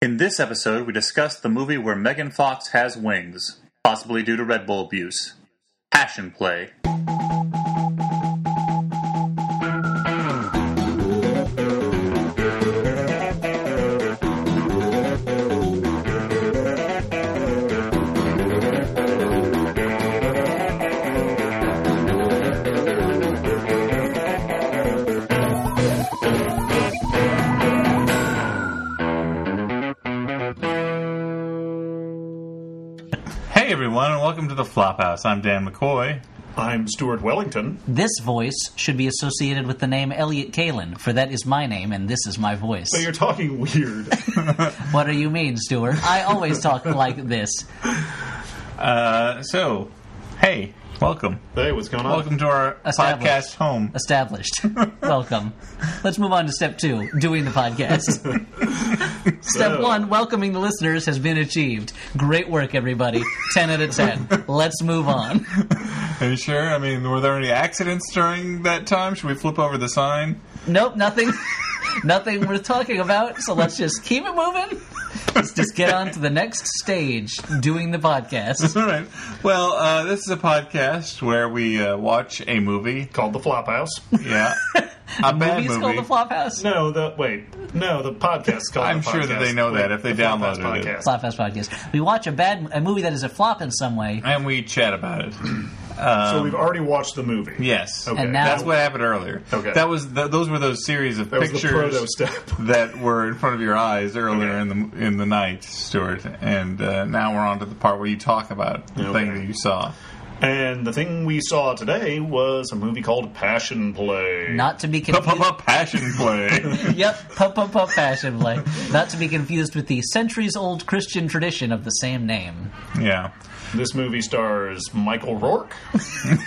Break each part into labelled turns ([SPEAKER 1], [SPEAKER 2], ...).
[SPEAKER 1] In this episode, we discussed the movie where Megan Fox has wings, possibly due to Red Bull abuse. Passion Play. Hey everyone, and welcome to the Flophouse. I'm Dan McCoy.
[SPEAKER 2] I'm Stuart Wellington.
[SPEAKER 3] This voice should be associated with the name Elliot Kalin, for that is my name and this is my voice.
[SPEAKER 2] But you're talking weird.
[SPEAKER 3] What do you mean, Stuart? I always talk like this.
[SPEAKER 1] Uh, so, hey, welcome.
[SPEAKER 2] hey, what's going on?
[SPEAKER 1] Welcome to our
[SPEAKER 3] Established.
[SPEAKER 1] podcast home.
[SPEAKER 3] Established. Welcome. Let's move on to step two doing the podcast. step one welcoming the listeners has been achieved. Great work, everybody. 10 out of 10. Let's move on.
[SPEAKER 1] Are you sure? I mean, were there any accidents during that time? Should we flip over the sign?
[SPEAKER 3] Nope, nothing. Nothing worth talking about, so let's just keep it moving. Let's just get on to the next stage doing the podcast.
[SPEAKER 1] All right. Well, uh, this is a podcast where we uh, watch a movie.
[SPEAKER 2] Called the Flophouse.
[SPEAKER 1] Yeah, a bad
[SPEAKER 3] Movies
[SPEAKER 1] movie.
[SPEAKER 3] called The Flophouse?
[SPEAKER 2] No, the wait, no, the podcast's called.
[SPEAKER 1] I'm
[SPEAKER 2] the
[SPEAKER 1] sure that
[SPEAKER 2] Flophouse.
[SPEAKER 1] they know that if they
[SPEAKER 2] the Flophouse
[SPEAKER 1] downloaded it.
[SPEAKER 2] podcast.
[SPEAKER 3] Flophouse podcast. We watch a bad a movie that is a flop in some way,
[SPEAKER 1] and we chat about it.
[SPEAKER 2] so we've already watched the movie.
[SPEAKER 1] Yes.
[SPEAKER 2] Okay.
[SPEAKER 3] And now-
[SPEAKER 1] um, That's what happened earlier.
[SPEAKER 2] Okay.
[SPEAKER 1] That was th- those were those series of
[SPEAKER 2] that was the
[SPEAKER 1] pictures
[SPEAKER 2] proto step.
[SPEAKER 1] that were in front of your eyes earlier
[SPEAKER 2] Okay.
[SPEAKER 1] in the in the night, Stuart. And uh, now we're on to the part where you talk about the
[SPEAKER 2] Okay.
[SPEAKER 1] thing that you saw.
[SPEAKER 2] And the thing we saw today was a movie called Passion Play.
[SPEAKER 3] not to be confused.
[SPEAKER 1] Passion play.
[SPEAKER 3] yep, pup pup pup fashion play. Not to be confused with the centuries-old Christian tradition of the same name.
[SPEAKER 1] yeah.
[SPEAKER 2] This movie stars Michael Rourke,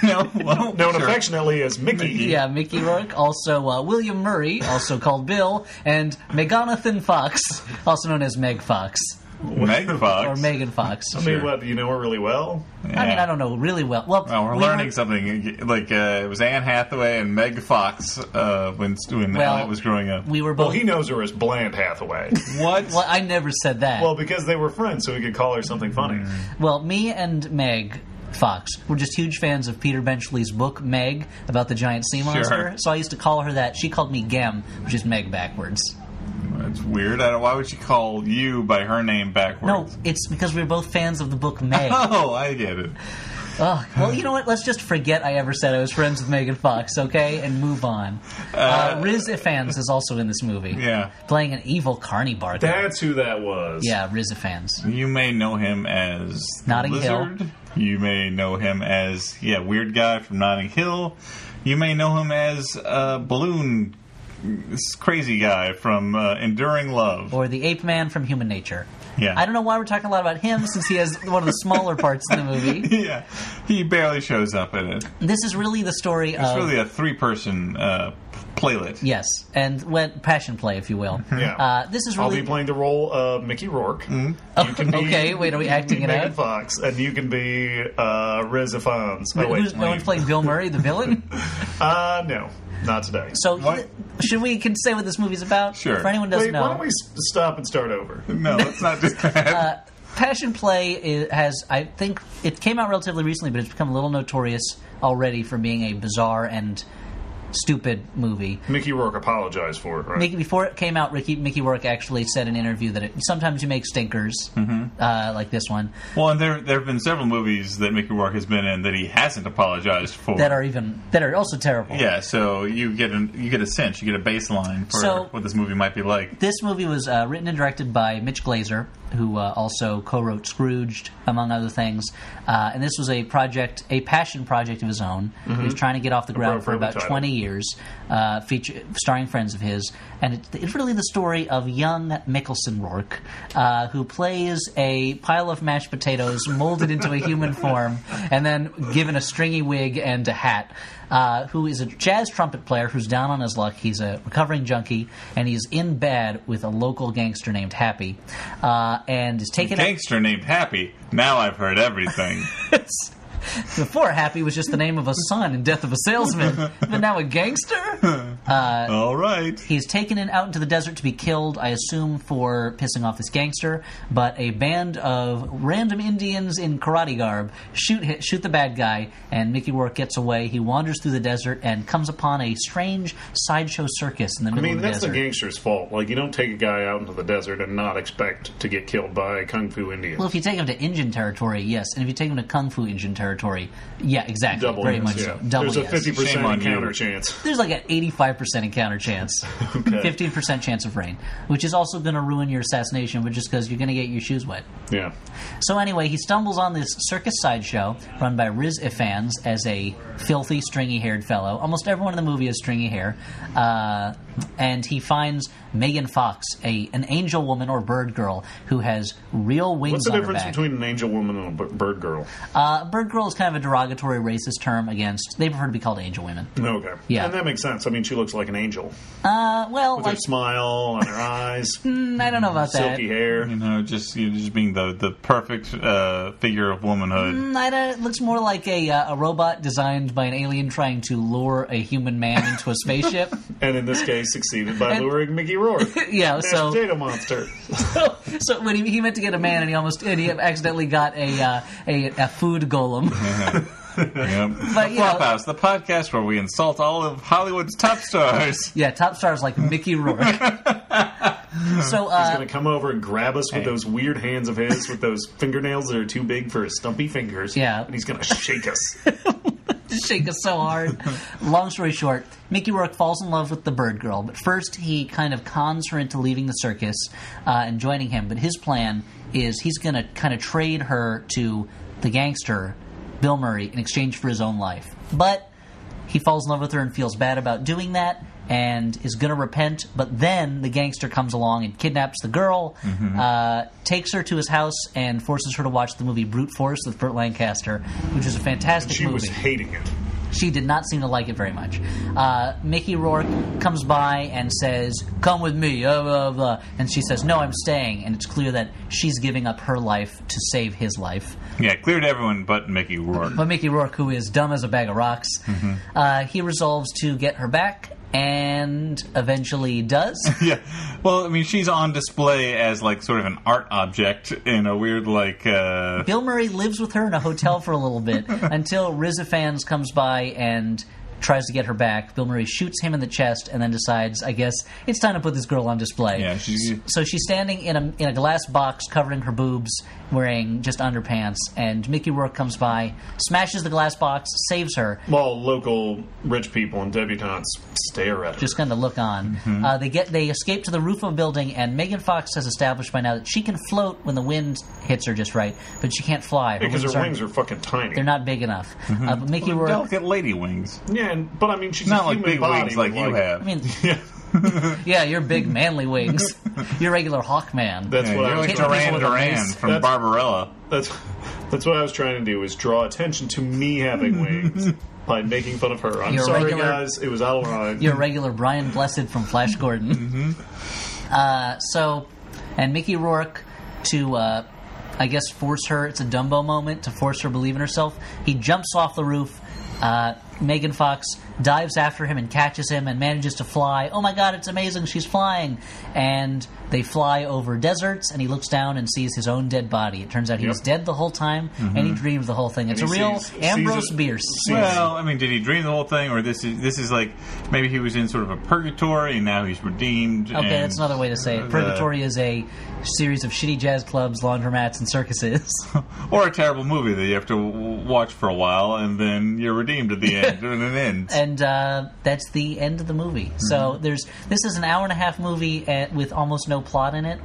[SPEAKER 1] No, well,
[SPEAKER 2] known
[SPEAKER 1] sure.
[SPEAKER 2] affectionately as Mickey.
[SPEAKER 3] Yeah, Mickey Rourke, also uh, William Murray, also called Bill, and Meganathan Fox, also known as Meg Fox
[SPEAKER 1] Meg Fox.
[SPEAKER 3] or Megan Fox.
[SPEAKER 2] I mean, what you know her really well.
[SPEAKER 3] I mean, I don't know really well. Well,
[SPEAKER 1] Well, we're
[SPEAKER 3] we
[SPEAKER 1] learning
[SPEAKER 3] were-
[SPEAKER 1] something. Like uh, it was Anne Hathaway and Meg Fox uh, when when
[SPEAKER 3] Well,
[SPEAKER 1] Elliot was growing up.
[SPEAKER 3] We were
[SPEAKER 2] Well,
[SPEAKER 3] both.
[SPEAKER 2] he knows her as Bland Hathaway.
[SPEAKER 1] what?
[SPEAKER 3] well, I never said that.
[SPEAKER 2] well, because they were friends, so he could call her something funny.
[SPEAKER 1] Mm.
[SPEAKER 3] Well, me and Meg Fox were just huge fans of Peter Benchley's book Meg about the giant sea monster. So I used to call her that. She called me Gem, which is Meg backwards.
[SPEAKER 1] That's weird. I don't, why would she call you by her name
[SPEAKER 3] No,
[SPEAKER 1] backwards?
[SPEAKER 3] it's because we are both fans of the book Meg.
[SPEAKER 1] Oh, I get it.
[SPEAKER 3] Ugh. Well, you know what? Let's just forget I ever said I was friends with Megan Fox, okay, and move on. Uh, Riz Ifans is also in this movie.
[SPEAKER 1] Yeah.
[SPEAKER 3] Playing an evil carny barker.
[SPEAKER 2] That's who that was.
[SPEAKER 3] yeah, Riz Ifans.
[SPEAKER 1] You may know him as
[SPEAKER 3] Notting
[SPEAKER 1] Lizard.
[SPEAKER 3] Hill.
[SPEAKER 1] You may know him as yeah, weird guy from Notting Hill. You may know him as uh, balloon s- crazy guy from uh, Enduring Love.
[SPEAKER 3] Or the ape man from Human Nature.
[SPEAKER 1] Yeah.
[SPEAKER 3] I don't know why we're talking a lot about him since he has one of the smaller parts in the movie.
[SPEAKER 1] yeah, he barely shows up in it.
[SPEAKER 3] This is really the story
[SPEAKER 1] It's
[SPEAKER 3] of
[SPEAKER 1] really a three-person uh, playlet.
[SPEAKER 3] yes, and when passion play, if you will.
[SPEAKER 2] Yeah.
[SPEAKER 3] Uh, this is
[SPEAKER 2] I'll
[SPEAKER 3] really Oh,
[SPEAKER 2] be playing the role of Mickey Rourke.
[SPEAKER 1] Mm-hmm.
[SPEAKER 2] You can be,
[SPEAKER 3] okay. Wait, are we
[SPEAKER 2] you can
[SPEAKER 3] acting
[SPEAKER 2] be
[SPEAKER 3] it
[SPEAKER 2] Megan
[SPEAKER 3] out?
[SPEAKER 2] Fox, and you can be uh, Riz Ifans. Oh wait,
[SPEAKER 3] Who's, no one's playing Bill Murray, the villain.
[SPEAKER 2] uh, no, not today.
[SPEAKER 3] So
[SPEAKER 1] What?
[SPEAKER 3] th- should we can say what this movie's about?
[SPEAKER 1] Sure.
[SPEAKER 3] For anyone who doesn't
[SPEAKER 2] wait,
[SPEAKER 3] know,
[SPEAKER 2] why don't we s- stop and start over?
[SPEAKER 1] No, let's not do that.
[SPEAKER 3] Passion Play i has, I think, it came out relatively recently, but it's become a little notorious already for being a bizarre and stupid movie.
[SPEAKER 2] Mickey Rourke apologized for it, right?
[SPEAKER 3] Mickey, before it came out, Ricky, Mickey Rourke actually said in an interview that it, sometimes you make stinkers,
[SPEAKER 2] Mm-hmm.
[SPEAKER 3] uh, like this one,
[SPEAKER 1] well, and there there have been several movies that Mickey Rourke has been in that he hasn't apologized for.
[SPEAKER 3] that are even that are also terrible.
[SPEAKER 1] Yeah, so you get an, you get a sense, you get a baseline for
[SPEAKER 3] So-
[SPEAKER 1] what this movie might be like.
[SPEAKER 3] This movie was uh, written and directed by Mitch Glazer, who uh, also co-wrote Scrooged, among other things. Uh, and this was a project, a passion project of his own. He was trying to get off the ground for
[SPEAKER 2] Appropriately
[SPEAKER 3] about
[SPEAKER 2] titled.
[SPEAKER 3] 20 years, uh, feature, starring friends of his. And it, it's really the story of young Mickelson Rourke, uh, who plays a pile of mashed potatoes molded into a human form and then given a stringy wig and a hat, uh, who is a jazz trumpet player who's down on his luck. He's a recovering junkie and he's in bed with a local gangster named Happy uh, and is taken out.
[SPEAKER 1] Gangster named Happy. Now I've heard everything.
[SPEAKER 3] Before, Happy was just the name of a son in Death of a Salesman, but now a gangster?
[SPEAKER 1] All right.
[SPEAKER 3] He's taken in out into the desert to be killed, I assume, for pissing off this gangster. But a band of random Indians in karate garb shoot hi- shoot the bad guy, and Mickey Rourke gets away. He wanders through the desert and comes upon a strange sideshow circus in the
[SPEAKER 2] I
[SPEAKER 3] middle
[SPEAKER 2] mean,
[SPEAKER 3] of the
[SPEAKER 2] that's
[SPEAKER 3] desert.
[SPEAKER 2] the gangster's fault. Like, you don't take a guy out into the desert and not expect to get killed by a kung fu Indian.
[SPEAKER 3] Well, if you take him to Indian territory, yes, and if you take him to Kung Fu Indian territory, yeah, exactly,
[SPEAKER 2] Double
[SPEAKER 3] very
[SPEAKER 2] yes,
[SPEAKER 3] much
[SPEAKER 2] yeah.
[SPEAKER 3] so. Double
[SPEAKER 2] There's a
[SPEAKER 3] yes.
[SPEAKER 2] fifty
[SPEAKER 1] Shame
[SPEAKER 2] percent
[SPEAKER 1] on you.
[SPEAKER 2] encounter chance.
[SPEAKER 3] There's like an 85% encounter chance, 15% chance of rain, which is also going to ruin your assassination, but just because you're going to get your shoes wet.
[SPEAKER 2] Yeah,
[SPEAKER 3] So anyway, he stumbles on this circus sideshow run by Riz Ifans as a filthy, stringy-haired fellow. Almost everyone in the movie has stringy hair, uh, and he finds Megan Fox, a an angel woman or bird girl who has real wings.
[SPEAKER 2] what's the
[SPEAKER 3] on her
[SPEAKER 2] difference
[SPEAKER 3] back.
[SPEAKER 2] between an angel woman and a b- bird girl?
[SPEAKER 3] Uh, bird girl is kind of a derogatory racist term against. They prefer to be called angel women.
[SPEAKER 2] Okay,
[SPEAKER 3] Yeah.
[SPEAKER 2] and that makes sense. I mean, she looks like an angel.
[SPEAKER 3] Uh, well,
[SPEAKER 2] With her
[SPEAKER 3] like,
[SPEAKER 2] smile and her eyes,
[SPEAKER 3] mm, I don't know about that.
[SPEAKER 2] silky hair.
[SPEAKER 1] You know, just you know, just being the the perfect uh, figure of womanhood.
[SPEAKER 3] Mm, I don't- It looks more like a uh, a robot designed by an alien trying to lure a human man into a spaceship.
[SPEAKER 2] and in this case succeeded by luring Mickey Rourke.
[SPEAKER 3] Yeah,
[SPEAKER 2] Mashed
[SPEAKER 3] so-
[SPEAKER 2] potato monster.
[SPEAKER 3] so when he, he meant to get a man and he almost and he accidentally got a uh, a, a food
[SPEAKER 2] Uh-huh.
[SPEAKER 3] golem.
[SPEAKER 1] Yep.
[SPEAKER 3] But,
[SPEAKER 1] the
[SPEAKER 3] you know-
[SPEAKER 1] Flophouse, the podcast where we insult all of Hollywood's top stars.
[SPEAKER 3] Yeah, top stars like Mickey Rourke. uh, so
[SPEAKER 2] He's
[SPEAKER 3] uh,
[SPEAKER 2] gonna come over and grab us with those weird hands of his, with those fingernails that are too big for his stumpy fingers.
[SPEAKER 3] Yeah.
[SPEAKER 2] and he's gonna shake us.
[SPEAKER 3] shake us so hard. Long story short, Mickey Rourke falls in love with the bird girl, but first he kind of cons her into leaving the circus uh, and joining him. But his plan is he's going to kind of trade her to the gangster Bill Murray in exchange for his own life. But he falls in love with her and feels bad about doing that and is going to repent but then the gangster comes along and kidnaps the girl
[SPEAKER 2] Mm-hmm.
[SPEAKER 3] uh, takes her to his house and forces her to watch the movie brute force with burt lancaster which is a fantastic
[SPEAKER 2] She
[SPEAKER 3] movie
[SPEAKER 2] was hating it.
[SPEAKER 3] she did not seem to like it very much. Uh, Mickey Rourke comes by and says, "Come with me," uh, blah, blah, blah. and she says, "No, I'm staying." And it's clear that she's giving up her life to save his life.
[SPEAKER 1] Yeah, clear to everyone but Mickey Rourke.
[SPEAKER 3] But Mickey Rourke, who is dumb as a bag of rocks, uh, he resolves to get her back, and eventually does.
[SPEAKER 1] Yeah. Well, I mean, she's on display as like sort of an art object in a weird like. Uh,
[SPEAKER 3] Bill Murray lives with her in a hotel for a little bit until Rizafans comes by and tries to get her back. Bill Murray shoots him in the chest and then decides, I guess, it's time to put this girl on display.
[SPEAKER 1] yeah, she's
[SPEAKER 3] So she's standing in a in a glass box covering her boobs, wearing just underpants, and Mickey Rourke comes by, smashes the glass box, saves her.
[SPEAKER 2] While local rich people and debutantes stare at her.
[SPEAKER 3] Just kind of look on.
[SPEAKER 2] Mm-hmm.
[SPEAKER 3] Uh, they get they escape to the roof of a building, and Megan Fox has established by now that she can float when the wind hits her just right, but she can't fly. Her
[SPEAKER 2] because Mm-hmm.
[SPEAKER 3] wings
[SPEAKER 2] her
[SPEAKER 3] aren't-
[SPEAKER 2] wings are fucking tiny.
[SPEAKER 3] they're not big enough. Uh, but Mickey Rourke,
[SPEAKER 1] delicate lady wings,
[SPEAKER 2] yeah, and, but I mean, she's
[SPEAKER 1] not
[SPEAKER 2] a
[SPEAKER 1] like
[SPEAKER 2] human
[SPEAKER 1] big
[SPEAKER 2] body
[SPEAKER 1] wings like
[SPEAKER 2] with,
[SPEAKER 1] you
[SPEAKER 3] I
[SPEAKER 1] have.
[SPEAKER 3] mean,
[SPEAKER 2] Yeah,
[SPEAKER 3] yeah, you're big manly wings. you're regular hawk man.
[SPEAKER 2] that's
[SPEAKER 1] Yeah,
[SPEAKER 2] what I
[SPEAKER 1] you're
[SPEAKER 2] was
[SPEAKER 1] like
[SPEAKER 3] trying to
[SPEAKER 1] Duran
[SPEAKER 3] do with a
[SPEAKER 1] Duran
[SPEAKER 3] mace.
[SPEAKER 1] from
[SPEAKER 2] That's-
[SPEAKER 1] Barbarella.
[SPEAKER 2] That's that's what I was trying to do is draw attention to me having wings by making fun of her. I'm
[SPEAKER 3] You're a
[SPEAKER 2] sorry,
[SPEAKER 3] regular-
[SPEAKER 2] guys. It was out of line.
[SPEAKER 3] your regular Brian Blessed from Flash Gordon.
[SPEAKER 2] Mm-hmm.
[SPEAKER 3] Uh, so, and Mickey Rourke to, uh, I guess, force her. It's a Dumbo moment to force her to believe in herself. He jumps off the roof. Uh, Megan Fox dives after him and catches him and manages to fly. Oh my god, it's amazing! She's flying, and they fly over deserts. And he looks down and sees his own dead body. It turns out he was dead the whole time, and he dreamed the whole thing. It's
[SPEAKER 2] Mm-hmm. And
[SPEAKER 3] a
[SPEAKER 2] he
[SPEAKER 3] real
[SPEAKER 2] sees- sees
[SPEAKER 3] Ambrose
[SPEAKER 2] it-
[SPEAKER 3] Bierce.
[SPEAKER 2] sees-
[SPEAKER 1] Well, I mean, did he dream the whole thing, or this is this is like maybe he was in sort of a purgatory and now he's redeemed?
[SPEAKER 3] Okay,
[SPEAKER 2] Mm.
[SPEAKER 3] that's another way to say it. Purgatory is a series of shitty jazz clubs, laundromats, and circuses.
[SPEAKER 1] or a terrible movie that you have to w- watch for a while and then you're redeemed at the end, and it ends.
[SPEAKER 3] and uh, that's the end of the movie.
[SPEAKER 2] Mm-hmm.
[SPEAKER 3] So there's this is an hour and a half movie at, with almost no plot in it.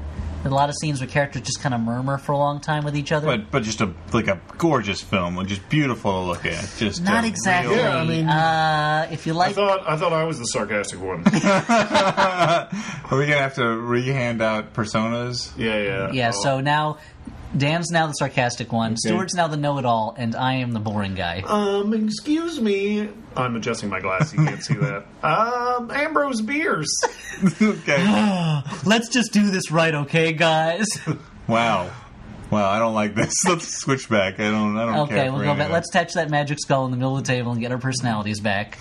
[SPEAKER 3] A lot of scenes where characters just kind of murmur for a long time with each other.
[SPEAKER 1] But but just a like a gorgeous film, just beautiful to look at. Just uh, a
[SPEAKER 3] not
[SPEAKER 1] real-
[SPEAKER 3] exactly.
[SPEAKER 2] Yeah, I mean-
[SPEAKER 3] uh, if you
[SPEAKER 2] I
[SPEAKER 3] like,
[SPEAKER 2] thought I thought I was the sarcastic one.
[SPEAKER 1] Are we gonna have to re-hand out personas?
[SPEAKER 2] Yeah, yeah.
[SPEAKER 3] yeah.
[SPEAKER 2] Oh.
[SPEAKER 3] So now Dan's now the sarcastic one, Stuart's now the know-it-all, and I am the boring guy.
[SPEAKER 2] Um, excuse me. I'm adjusting my glass. You can't see that. Um, Ambrose Beers.
[SPEAKER 1] okay.
[SPEAKER 3] Let's just do this right, okay, guys?
[SPEAKER 1] Wow. Wow. I don't like this. Let's switch back. I don't. I don't care.
[SPEAKER 3] okay,
[SPEAKER 1] for
[SPEAKER 3] we'll
[SPEAKER 1] any
[SPEAKER 3] go
[SPEAKER 1] of
[SPEAKER 3] back.
[SPEAKER 1] that.
[SPEAKER 3] Let's touch that magic skull in the middle of the table and get our personalities back.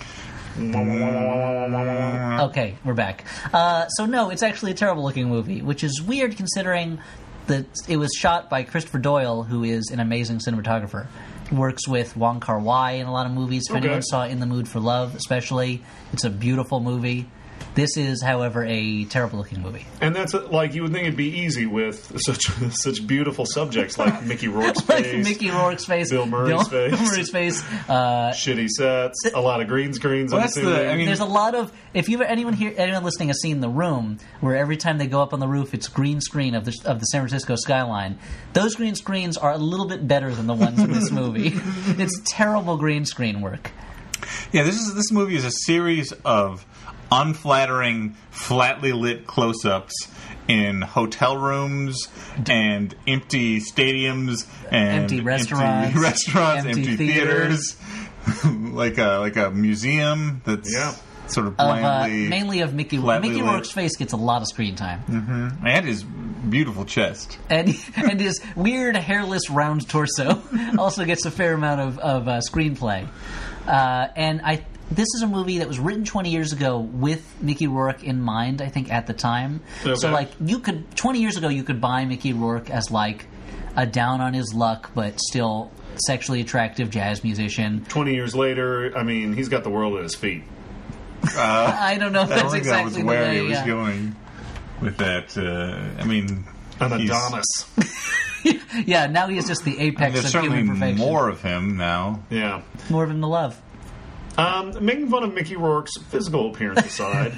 [SPEAKER 2] Uh-huh.
[SPEAKER 3] Okay, we're back. Uh, so no, it's actually a terrible looking movie, which is weird considering that it was shot by Christopher Doyle, who is an amazing cinematographer. Works with Wong Kar Wai in a lot of movies. If
[SPEAKER 2] Okay.
[SPEAKER 3] anyone saw In the Mood for Love, especially, it's a beautiful movie. This is, however, a terrible looking movie.
[SPEAKER 2] And that's uh, like you would think it'd be easy with such such beautiful subjects like Mickey Rourke's
[SPEAKER 3] Like
[SPEAKER 2] face,
[SPEAKER 3] Mickey Rourke's face,
[SPEAKER 2] Bill Murray's
[SPEAKER 3] Bill
[SPEAKER 2] face.
[SPEAKER 3] Murray's face, uh,
[SPEAKER 2] shitty sets, a lot of green screens.
[SPEAKER 1] Well,
[SPEAKER 2] I'm
[SPEAKER 1] that's the-
[SPEAKER 2] assuming.
[SPEAKER 1] I mean-
[SPEAKER 3] There's a lot of if you've anyone here anyone listening has seen the room where every time they go up on the roof it's green screen of the of the San Francisco skyline. Those green screens are a little bit better than the ones in this movie. It's terrible green screen work.
[SPEAKER 1] Yeah, this is this movie is a series of unflattering, flatly lit close-ups in hotel rooms and empty stadiums and
[SPEAKER 3] Empty restaurants,
[SPEAKER 1] restaurants,
[SPEAKER 3] empty
[SPEAKER 1] empty, theaters, like a like a museum that's
[SPEAKER 2] Yeah.
[SPEAKER 1] sort of
[SPEAKER 3] Of, uh,
[SPEAKER 1] blandly.
[SPEAKER 3] mainly of Mickey
[SPEAKER 1] flatly
[SPEAKER 3] Mickey
[SPEAKER 1] lit.
[SPEAKER 3] Rourke's face gets a lot of screen time,
[SPEAKER 1] and his beautiful chest.
[SPEAKER 3] and and his weird hairless round torso also gets a fair amount of of uh, screenplay. Uh, and I this is a movie that was written 20 years ago with Mickey Rourke in mind. I think at the time, so
[SPEAKER 2] Okay.
[SPEAKER 3] like you could 20 years ago you could buy Mickey Rourke as like a down on his luck but still sexually attractive jazz musician.
[SPEAKER 2] Twenty years later, I mean, he's got the world at his feet.
[SPEAKER 3] I don't know if
[SPEAKER 1] I don't
[SPEAKER 3] that's
[SPEAKER 1] think
[SPEAKER 3] exactly
[SPEAKER 1] that was
[SPEAKER 3] the
[SPEAKER 1] where
[SPEAKER 3] way,
[SPEAKER 1] he was
[SPEAKER 3] uh,
[SPEAKER 1] going with that. Uh, I mean,
[SPEAKER 2] An
[SPEAKER 1] he's-
[SPEAKER 2] Adonis.
[SPEAKER 3] Yeah, now he is just the apex
[SPEAKER 1] There's
[SPEAKER 3] of
[SPEAKER 1] certainly
[SPEAKER 3] human perfection.
[SPEAKER 1] more of him now.
[SPEAKER 2] Yeah.
[SPEAKER 3] more of him to love.
[SPEAKER 2] Um, making fun of Mickey Rourke's physical appearance aside,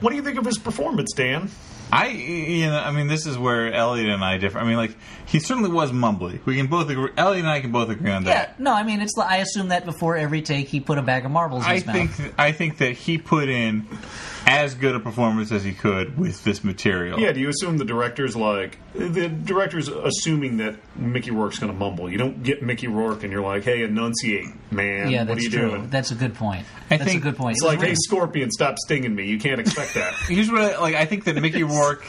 [SPEAKER 2] what do you think of his performance, Dan?
[SPEAKER 1] I, you know, I mean, this is where Elliot and I differ. I mean, like, he certainly was mumbly. We can both agree. Elliot and I can both agree on
[SPEAKER 3] Yeah,
[SPEAKER 1] that.
[SPEAKER 3] no, I mean it's. li- I assume that before every take, he put a bag of marbles in
[SPEAKER 1] I
[SPEAKER 3] his mouth.
[SPEAKER 1] think, I think that he put in as good a performance as he could with this material.
[SPEAKER 2] Yeah, do you assume the director's like the director's assuming that Mickey Rourke's going to mumble? You don't get Mickey Rourke and you're like, "Hey, enunciate, man.
[SPEAKER 3] yeah,
[SPEAKER 2] what
[SPEAKER 3] that's
[SPEAKER 2] are you
[SPEAKER 3] true.
[SPEAKER 2] doing?"
[SPEAKER 3] That's a good point.
[SPEAKER 1] I
[SPEAKER 3] that's
[SPEAKER 1] think
[SPEAKER 3] a good point.
[SPEAKER 2] It's
[SPEAKER 3] It was
[SPEAKER 2] like, "Hey,
[SPEAKER 3] written-
[SPEAKER 2] scorpion, stop stinging me. You can't expect that."
[SPEAKER 1] Here's what, I, like, I think that Mickey Rourke,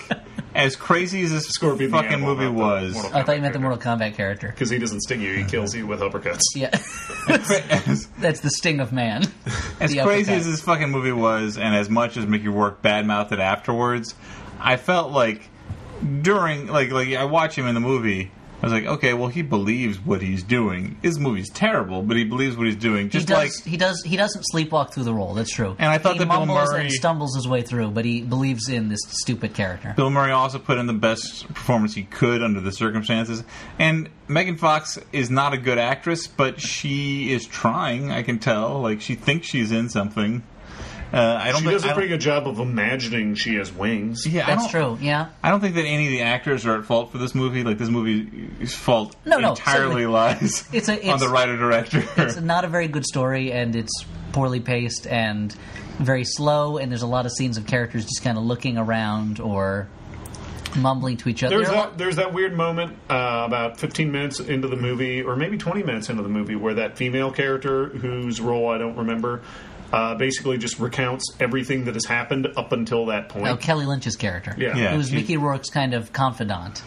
[SPEAKER 1] as crazy as this
[SPEAKER 2] Scorpion the
[SPEAKER 1] fucking
[SPEAKER 2] animal,
[SPEAKER 1] movie
[SPEAKER 2] not the
[SPEAKER 1] was,
[SPEAKER 2] Mortal
[SPEAKER 3] I thought you meant the Mortal Kombat character.
[SPEAKER 2] because he doesn't sting you; he kills you with uppercuts.
[SPEAKER 3] Yeah,
[SPEAKER 1] as,
[SPEAKER 3] that's the sting of man.
[SPEAKER 1] as crazy
[SPEAKER 3] The uppercut.
[SPEAKER 1] as this fucking movie was, and as much as Mickey Rourke badmouthed it afterwards, I felt like during like like I watch him in the movie. I was like, okay, well, he believes what he's doing. His movie's terrible, but he believes what he's doing.
[SPEAKER 3] He
[SPEAKER 1] Just
[SPEAKER 3] does.
[SPEAKER 1] like
[SPEAKER 3] he does. He doesn't sleepwalk through the role. That's true.
[SPEAKER 1] And I thought
[SPEAKER 3] he
[SPEAKER 1] that Bill
[SPEAKER 3] mumbles
[SPEAKER 1] Murray-
[SPEAKER 3] and stumbles his way through, but he believes in this stupid character.
[SPEAKER 1] Bill Murray also put in the best performance he could under the circumstances. And Megan Fox is not a good actress, but she is trying. I can tell. Like she thinks she's in something. Uh, I don't.
[SPEAKER 2] She
[SPEAKER 1] think,
[SPEAKER 2] does
[SPEAKER 1] I
[SPEAKER 2] a
[SPEAKER 1] don't-
[SPEAKER 2] pretty good job of imagining she has wings.
[SPEAKER 1] Yeah, I
[SPEAKER 3] That's
[SPEAKER 1] don't-
[SPEAKER 3] true. Yeah.
[SPEAKER 1] I don't think that any of the actors are at fault for this movie. Like this movie's fault
[SPEAKER 3] No, no,
[SPEAKER 1] entirely
[SPEAKER 3] certainly.
[SPEAKER 1] lies
[SPEAKER 3] It's a-
[SPEAKER 1] on
[SPEAKER 3] it's-
[SPEAKER 1] the writer director.
[SPEAKER 3] It's not a very good story, and it's poorly paced and very slow. And there's a lot of scenes of characters just kind of looking around or mumbling to each other.
[SPEAKER 2] There's
[SPEAKER 3] There are a lot-
[SPEAKER 2] that, there's that weird moment uh, about 15 minutes into the movie, or maybe 20 minutes into the movie, where that female character, whose role I don't remember, uh, basically just recounts everything that has happened up until that point.
[SPEAKER 3] Oh, Kelly Lynch's character.
[SPEAKER 2] Yeah.
[SPEAKER 1] Yeah,
[SPEAKER 3] Who was
[SPEAKER 1] she-
[SPEAKER 3] Mickey Rourke's kind of confidant.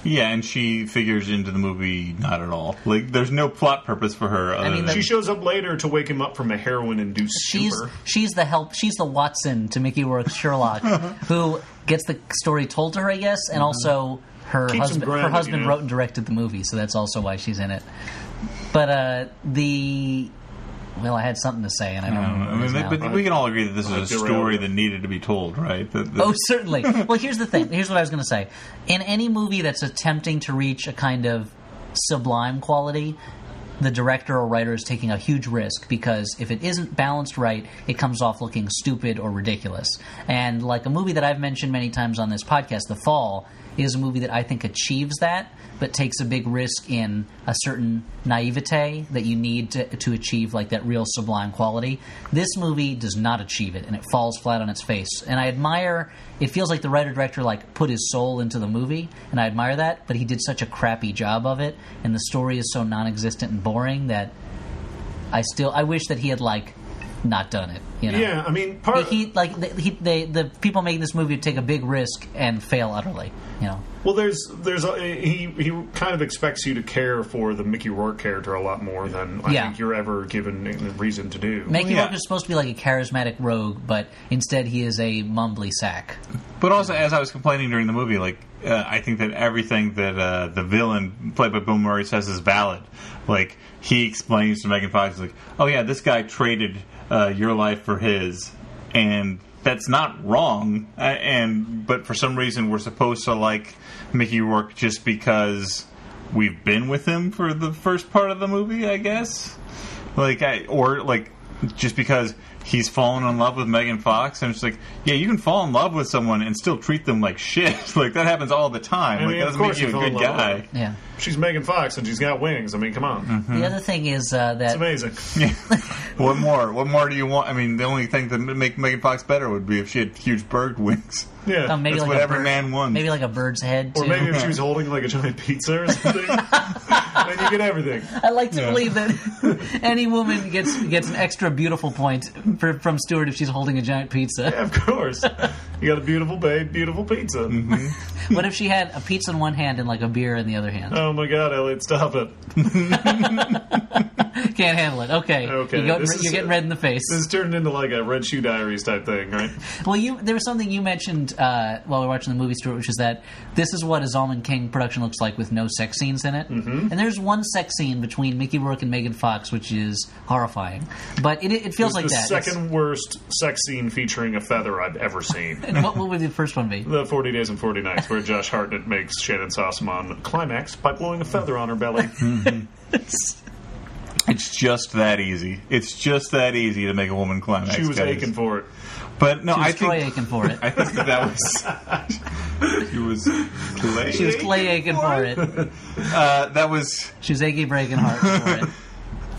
[SPEAKER 1] yeah, and she figures into the movie not at all. Like there's no plot purpose for her. Other
[SPEAKER 3] mean,
[SPEAKER 1] than,
[SPEAKER 2] She shows up later to wake him up from a heroin-induced
[SPEAKER 3] She's
[SPEAKER 2] stupor.
[SPEAKER 3] she's the help. She's the Watson to Mickey Rourke's Sherlock, who gets the story told to her. I guess, and also her
[SPEAKER 2] Mm-hmm. Keeps him
[SPEAKER 3] husband. her
[SPEAKER 2] grounded,
[SPEAKER 3] husband
[SPEAKER 2] you know?
[SPEAKER 3] wrote and directed the movie, so that's also why she's in it. But uh, the well, I had something to say, and I don't
[SPEAKER 1] Mm-hmm. I mean,
[SPEAKER 3] remember. what it is now.
[SPEAKER 1] but we can all agree that this
[SPEAKER 2] I
[SPEAKER 1] is a
[SPEAKER 2] derailed
[SPEAKER 1] story
[SPEAKER 2] you.
[SPEAKER 1] that needed to be told, right? That, that-
[SPEAKER 3] Oh, certainly. Well, here's the thing. Here's what I was going to say. In any movie that's attempting to reach a kind of sublime quality, the director or writer is taking a huge risk because if it isn't balanced right, it comes off looking stupid or ridiculous. And like a movie that I've mentioned many times on this podcast, The Fall is a movie that I think achieves that, but takes a big risk in a certain naivete that you need to, to achieve like that real sublime quality. This movie does not achieve it, and it falls flat on its face. And I admire. It feels like the writer director like put his soul into the movie, and I admire that. But he did such a crappy job of it, and the story is so non-existent and boring that I still I wish that he had like not done it. You know?
[SPEAKER 2] Yeah, I mean, part
[SPEAKER 3] He like the, he, they the people making this movie take a big risk and fail utterly. You know,
[SPEAKER 2] Well, there's there's a, he he kind of expects you to care for the Mickey Rourke character a lot more than I
[SPEAKER 3] Yeah.
[SPEAKER 2] think you're ever given a reason to do.
[SPEAKER 3] Mickey
[SPEAKER 1] yeah.
[SPEAKER 3] Rourke is supposed to be like a charismatic rogue, but instead he is a mumbly sack.
[SPEAKER 1] But also, as I was complaining during the movie, like uh, I think that everything that uh, the villain played by Bill Murray says is valid. Like he explains to Megan Fox, like, "Oh yeah, this guy traded uh, your life for his," and that's not wrong. Uh, and but for some reason, we're supposed to like Mickey Rourke just because we've been with him for the first part of the movie, I guess. Like I or like just because he's fallen in love with Megan Fox and it's like, yeah, you can fall in love with someone and still treat them like shit. like that happens all the time.
[SPEAKER 2] I
[SPEAKER 1] like
[SPEAKER 2] mean,
[SPEAKER 1] that
[SPEAKER 2] of
[SPEAKER 1] doesn't make
[SPEAKER 2] course
[SPEAKER 1] you
[SPEAKER 2] you
[SPEAKER 1] a
[SPEAKER 2] fall in
[SPEAKER 1] good
[SPEAKER 2] love with
[SPEAKER 1] guy.
[SPEAKER 2] her.
[SPEAKER 3] Yeah.
[SPEAKER 2] She's Megan Fox and she's got wings. I mean, come on,
[SPEAKER 3] The other thing is uh,
[SPEAKER 2] it's
[SPEAKER 3] that
[SPEAKER 2] amazing.
[SPEAKER 1] what more? What more do you want? I mean, the only thing that would make Megan Fox better would be if she had huge bird wings.
[SPEAKER 2] Yeah,
[SPEAKER 3] oh, maybe
[SPEAKER 1] That's
[SPEAKER 3] like
[SPEAKER 1] what
[SPEAKER 3] a
[SPEAKER 1] every
[SPEAKER 3] bird-
[SPEAKER 1] man wants.
[SPEAKER 3] Maybe like a bird's head. Too.
[SPEAKER 2] or maybe if she was holding like a giant pizza or something, then you get everything.
[SPEAKER 3] I like to believe that any woman gets gets an extra beautiful point for, from Stewart if she's holding a giant pizza.
[SPEAKER 2] Of course, you got a beautiful babe, beautiful pizza.
[SPEAKER 3] Mm-hmm. What if she had a pizza in one hand and like a beer in the other hand?
[SPEAKER 2] Oh my God, Elliot, stop it!
[SPEAKER 3] Can't handle it. Okay,
[SPEAKER 2] Okay,
[SPEAKER 3] You got,
[SPEAKER 2] this is-
[SPEAKER 3] you're getting red in the face.
[SPEAKER 2] This turned into like a Red Shoe Diaries type thing, right?
[SPEAKER 3] Well, you there was something you mentioned uh, while we were watching the movie, Stuart, which is that this is what a Zalman King production looks like with no sex scenes in it. Mm-hmm. And there's one sex scene between Mickey Rourke and Megan Fox, which is horrifying. But it, it feels like
[SPEAKER 2] the
[SPEAKER 3] that.
[SPEAKER 2] second worst sex scene featuring a feather I've ever seen.
[SPEAKER 3] It's- what, what would the first one be?
[SPEAKER 2] The 40 Days and 40 Nights, where Josh Hartnett makes Shannon Sossamon climax by blowing a feather on her belly.
[SPEAKER 1] It's just that easy. It's just that easy to make a woman climax.
[SPEAKER 2] she was
[SPEAKER 1] guys.
[SPEAKER 2] aching for it.
[SPEAKER 1] But no, I
[SPEAKER 3] It's Troy
[SPEAKER 1] think
[SPEAKER 3] Aiken for it.
[SPEAKER 1] I think that, that was she was clay.
[SPEAKER 3] She was Clay Aiken for it.
[SPEAKER 1] uh, that was
[SPEAKER 3] She was Aggie Breakenhart for it.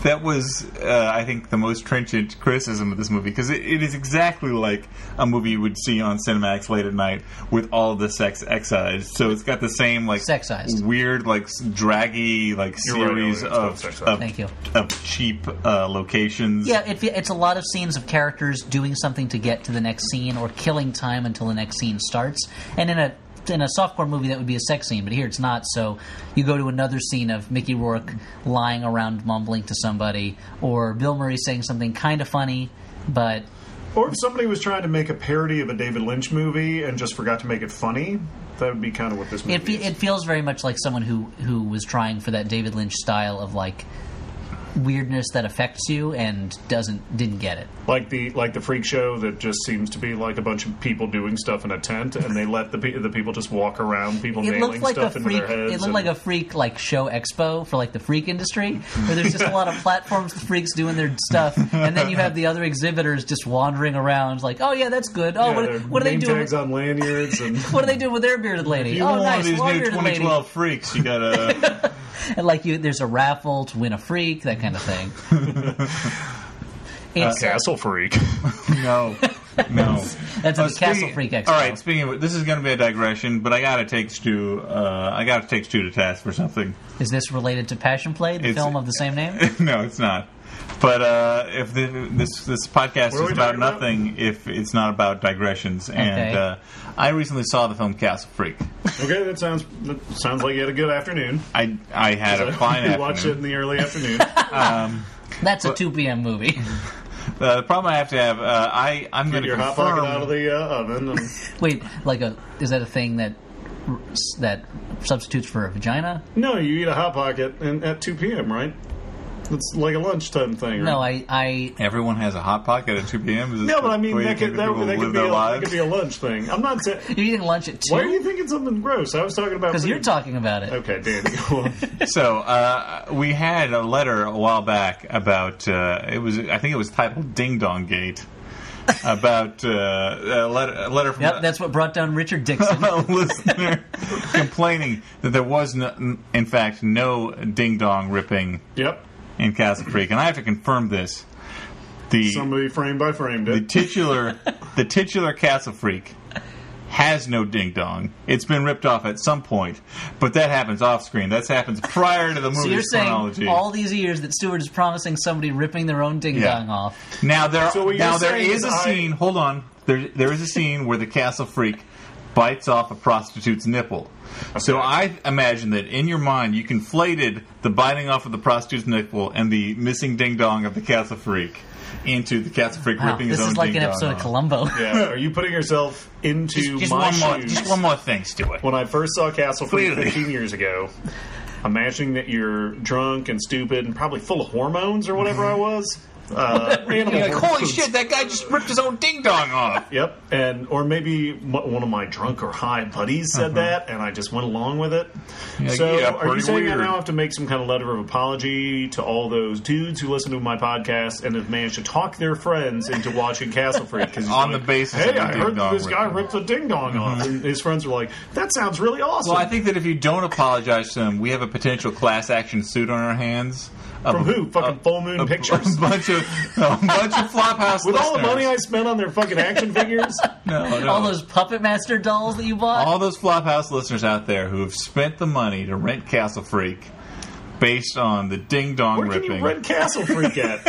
[SPEAKER 1] that was, uh, I think, the most trenchant criticism of this movie because it, it is exactly like a movie you would see on Cinemax late at night with all the sex excised. So it's got the same like
[SPEAKER 3] Sexized.
[SPEAKER 1] weird, like s- draggy, like
[SPEAKER 2] You're right,
[SPEAKER 1] series
[SPEAKER 2] Elliot, it's
[SPEAKER 1] of,
[SPEAKER 2] called sexized.
[SPEAKER 1] of
[SPEAKER 3] Thank you.
[SPEAKER 1] of cheap uh, locations.
[SPEAKER 3] Yeah, it, fe- it's a lot of scenes of characters doing something to get to the next scene or killing time until the next scene starts. And in a in a softcore movie, that would be a sex scene, but here it's not. So you go to another scene of Mickey Rourke lying around mumbling to somebody, or Bill Murray saying something kind of funny, but
[SPEAKER 2] Or if somebody was trying to make a parody of a David Lynch movie and just forgot to make it funny, that would be kind of what this movie
[SPEAKER 3] it
[SPEAKER 2] is.
[SPEAKER 3] fe- it feels very much like someone who who was trying for that David Lynch style of like weirdness that affects you and doesn't didn't get it.
[SPEAKER 2] like the like the freak show that just seems to be like a bunch of people doing stuff in a tent, and they let the pe- the people just walk around, people
[SPEAKER 3] it
[SPEAKER 2] nailing
[SPEAKER 3] looked like a
[SPEAKER 2] stuff into
[SPEAKER 3] freak.
[SPEAKER 2] their heads.
[SPEAKER 3] It
[SPEAKER 2] and-
[SPEAKER 3] looked like a freak like show expo for like the freak industry, where there's just a lot of platforms with freaks doing their stuff, and then you have the other exhibitors just wandering around like, oh yeah, that's good. Oh,
[SPEAKER 2] Yeah, their
[SPEAKER 3] what, what are they
[SPEAKER 2] name
[SPEAKER 3] doing?
[SPEAKER 2] Tags
[SPEAKER 3] with-
[SPEAKER 2] on lanyards and
[SPEAKER 3] What are they doing with their bearded lady?
[SPEAKER 1] You
[SPEAKER 3] oh,
[SPEAKER 1] want one
[SPEAKER 3] nice,
[SPEAKER 1] of these
[SPEAKER 3] long
[SPEAKER 1] new
[SPEAKER 3] bearded lady.
[SPEAKER 1] 2012 freaks? You gotta.
[SPEAKER 3] And like you, there's a raffle to win a freak, that kind of thing. It's, uh,
[SPEAKER 2] castle freak.
[SPEAKER 1] No, no.
[SPEAKER 3] That's at the Castle
[SPEAKER 1] Uh, speaking-
[SPEAKER 3] Freak Expo.
[SPEAKER 1] All right, speaking of this is going to be a digression, but I got to take Stu. Uh, I got to take Stu to task for something.
[SPEAKER 3] is this related to Passion Play, the
[SPEAKER 1] It's-
[SPEAKER 3] film of the same name?
[SPEAKER 1] no, it's not. But uh, if the, this this podcast
[SPEAKER 2] What are
[SPEAKER 1] is
[SPEAKER 2] we
[SPEAKER 1] about
[SPEAKER 2] talking about?
[SPEAKER 1] nothing, if it's not about digressions, and
[SPEAKER 3] Okay.
[SPEAKER 1] uh, I recently saw the film Castle Freak.
[SPEAKER 2] okay, that sounds that sounds like you had a good afternoon.
[SPEAKER 1] I I had a fine
[SPEAKER 2] we watched it
[SPEAKER 1] afternoon.
[SPEAKER 2] in the early afternoon.
[SPEAKER 3] That's a 2 p.m. movie.
[SPEAKER 1] Uh, the problem I have to have, uh, I I'm going
[SPEAKER 2] Get
[SPEAKER 1] to
[SPEAKER 2] your hot
[SPEAKER 1] confirm.
[SPEAKER 2] pocket out of the uh, oven. And
[SPEAKER 3] Wait, like a is that a thing that that substitutes for a vagina?
[SPEAKER 2] no, you eat a hot pocket and at 2 p.m. Right? It's like a lunchtime thing. Right?
[SPEAKER 3] No, I I
[SPEAKER 1] Everyone has a hot pocket at 2 p.m. Is this
[SPEAKER 2] no, but
[SPEAKER 1] the
[SPEAKER 2] I mean
[SPEAKER 1] way you
[SPEAKER 2] that
[SPEAKER 1] think
[SPEAKER 2] could that,
[SPEAKER 1] people
[SPEAKER 2] that
[SPEAKER 1] live
[SPEAKER 2] could be
[SPEAKER 1] their
[SPEAKER 2] a, that
[SPEAKER 1] lives.
[SPEAKER 2] could be a lunch thing. I'm not saying.
[SPEAKER 3] you're eating lunch at
[SPEAKER 2] Why are you
[SPEAKER 3] two
[SPEAKER 2] thinking something gross? I was talking about
[SPEAKER 3] because you're
[SPEAKER 2] food.
[SPEAKER 3] talking about it.
[SPEAKER 2] Okay, Dan. Go on.
[SPEAKER 1] So uh, we had a letter a while back about uh, it was I think it was titled Ding Dong Gate about uh, a, letter, a letter from
[SPEAKER 3] Yep, that's what brought down Richard Dixon.
[SPEAKER 1] a listener complaining that there was no, in fact no ding dong ripping
[SPEAKER 2] yep.
[SPEAKER 1] in Castle Creek, and I have to confirm this. The
[SPEAKER 2] Somebody frame by framed
[SPEAKER 1] the
[SPEAKER 2] it.
[SPEAKER 1] titular the titular Castle Freak has no ding dong. It's been ripped off at some point, but that happens off screen. That happens prior to the movie's
[SPEAKER 3] So you're saying
[SPEAKER 1] chronology.
[SPEAKER 3] all these years that Stewart is promising somebody ripping their own ding
[SPEAKER 1] Yeah.
[SPEAKER 3] dong off.
[SPEAKER 1] Now there,
[SPEAKER 2] So what you're
[SPEAKER 1] now there
[SPEAKER 2] saying
[SPEAKER 1] is
[SPEAKER 2] is
[SPEAKER 1] a
[SPEAKER 2] I-
[SPEAKER 1] scene. Hold on, there there is a scene where the castle freak bites off a prostitute's nipple. So I imagine that in your mind you conflated the biting off of the prostitute's nipple and the missing ding dong of the castle freak into the castle freak
[SPEAKER 3] Wow,
[SPEAKER 1] ripping
[SPEAKER 3] this
[SPEAKER 1] his own
[SPEAKER 3] is like
[SPEAKER 1] ding
[SPEAKER 3] an
[SPEAKER 1] dong.
[SPEAKER 3] episode of
[SPEAKER 1] off.
[SPEAKER 3] Columbo.
[SPEAKER 2] Yeah, are you putting yourself into
[SPEAKER 1] Just, just
[SPEAKER 2] my
[SPEAKER 1] one more,
[SPEAKER 2] shoes?
[SPEAKER 1] just one more thing, Stuart.
[SPEAKER 2] When I first saw Castle Freak
[SPEAKER 1] Clearly.
[SPEAKER 2] 15 years ago, imagining that you're drunk and stupid and probably full of hormones or whatever I was, uh, animal
[SPEAKER 1] You're like, Mm-hmm. holy
[SPEAKER 2] hormones.
[SPEAKER 1] shit, that guy just ripped his own ding dong off.
[SPEAKER 2] Yep, and or maybe m- one of my drunk or high buddies said that, and I just went along with it.
[SPEAKER 1] like,
[SPEAKER 2] so,
[SPEAKER 1] Uh-huh. yeah,
[SPEAKER 2] are you
[SPEAKER 1] pretty
[SPEAKER 2] saying
[SPEAKER 1] weird.
[SPEAKER 2] I now have to make some kind of letter of apology to all those dudes who listen to my podcast and have managed to talk their friends into watching Castle Freak? 'Cause it's
[SPEAKER 1] On
[SPEAKER 2] like,
[SPEAKER 1] the basis of
[SPEAKER 2] hey,
[SPEAKER 1] the
[SPEAKER 2] I heard that
[SPEAKER 1] ding-dong
[SPEAKER 2] this guy
[SPEAKER 1] ripping.
[SPEAKER 2] ripped a ding dong off, and his friends were like, "That sounds really awesome."
[SPEAKER 1] Well, I think that if you don't apologize to them, we have a potential class action suit on our hands. of
[SPEAKER 2] From
[SPEAKER 1] a-
[SPEAKER 2] who? Fucking Full Moon
[SPEAKER 1] a,
[SPEAKER 2] Pictures?
[SPEAKER 1] A bunch of a bunch of flophouse
[SPEAKER 2] With all the money I
[SPEAKER 1] listeners.
[SPEAKER 2] spent on their fucking action figures,
[SPEAKER 1] No, no.
[SPEAKER 3] All those Puppet Master dolls that you bought.
[SPEAKER 1] all those flophouse listeners out there who have spent the money to rent Castle Freak based on the ding dong
[SPEAKER 2] where
[SPEAKER 1] ripping.
[SPEAKER 2] can you rent Castle Freak at?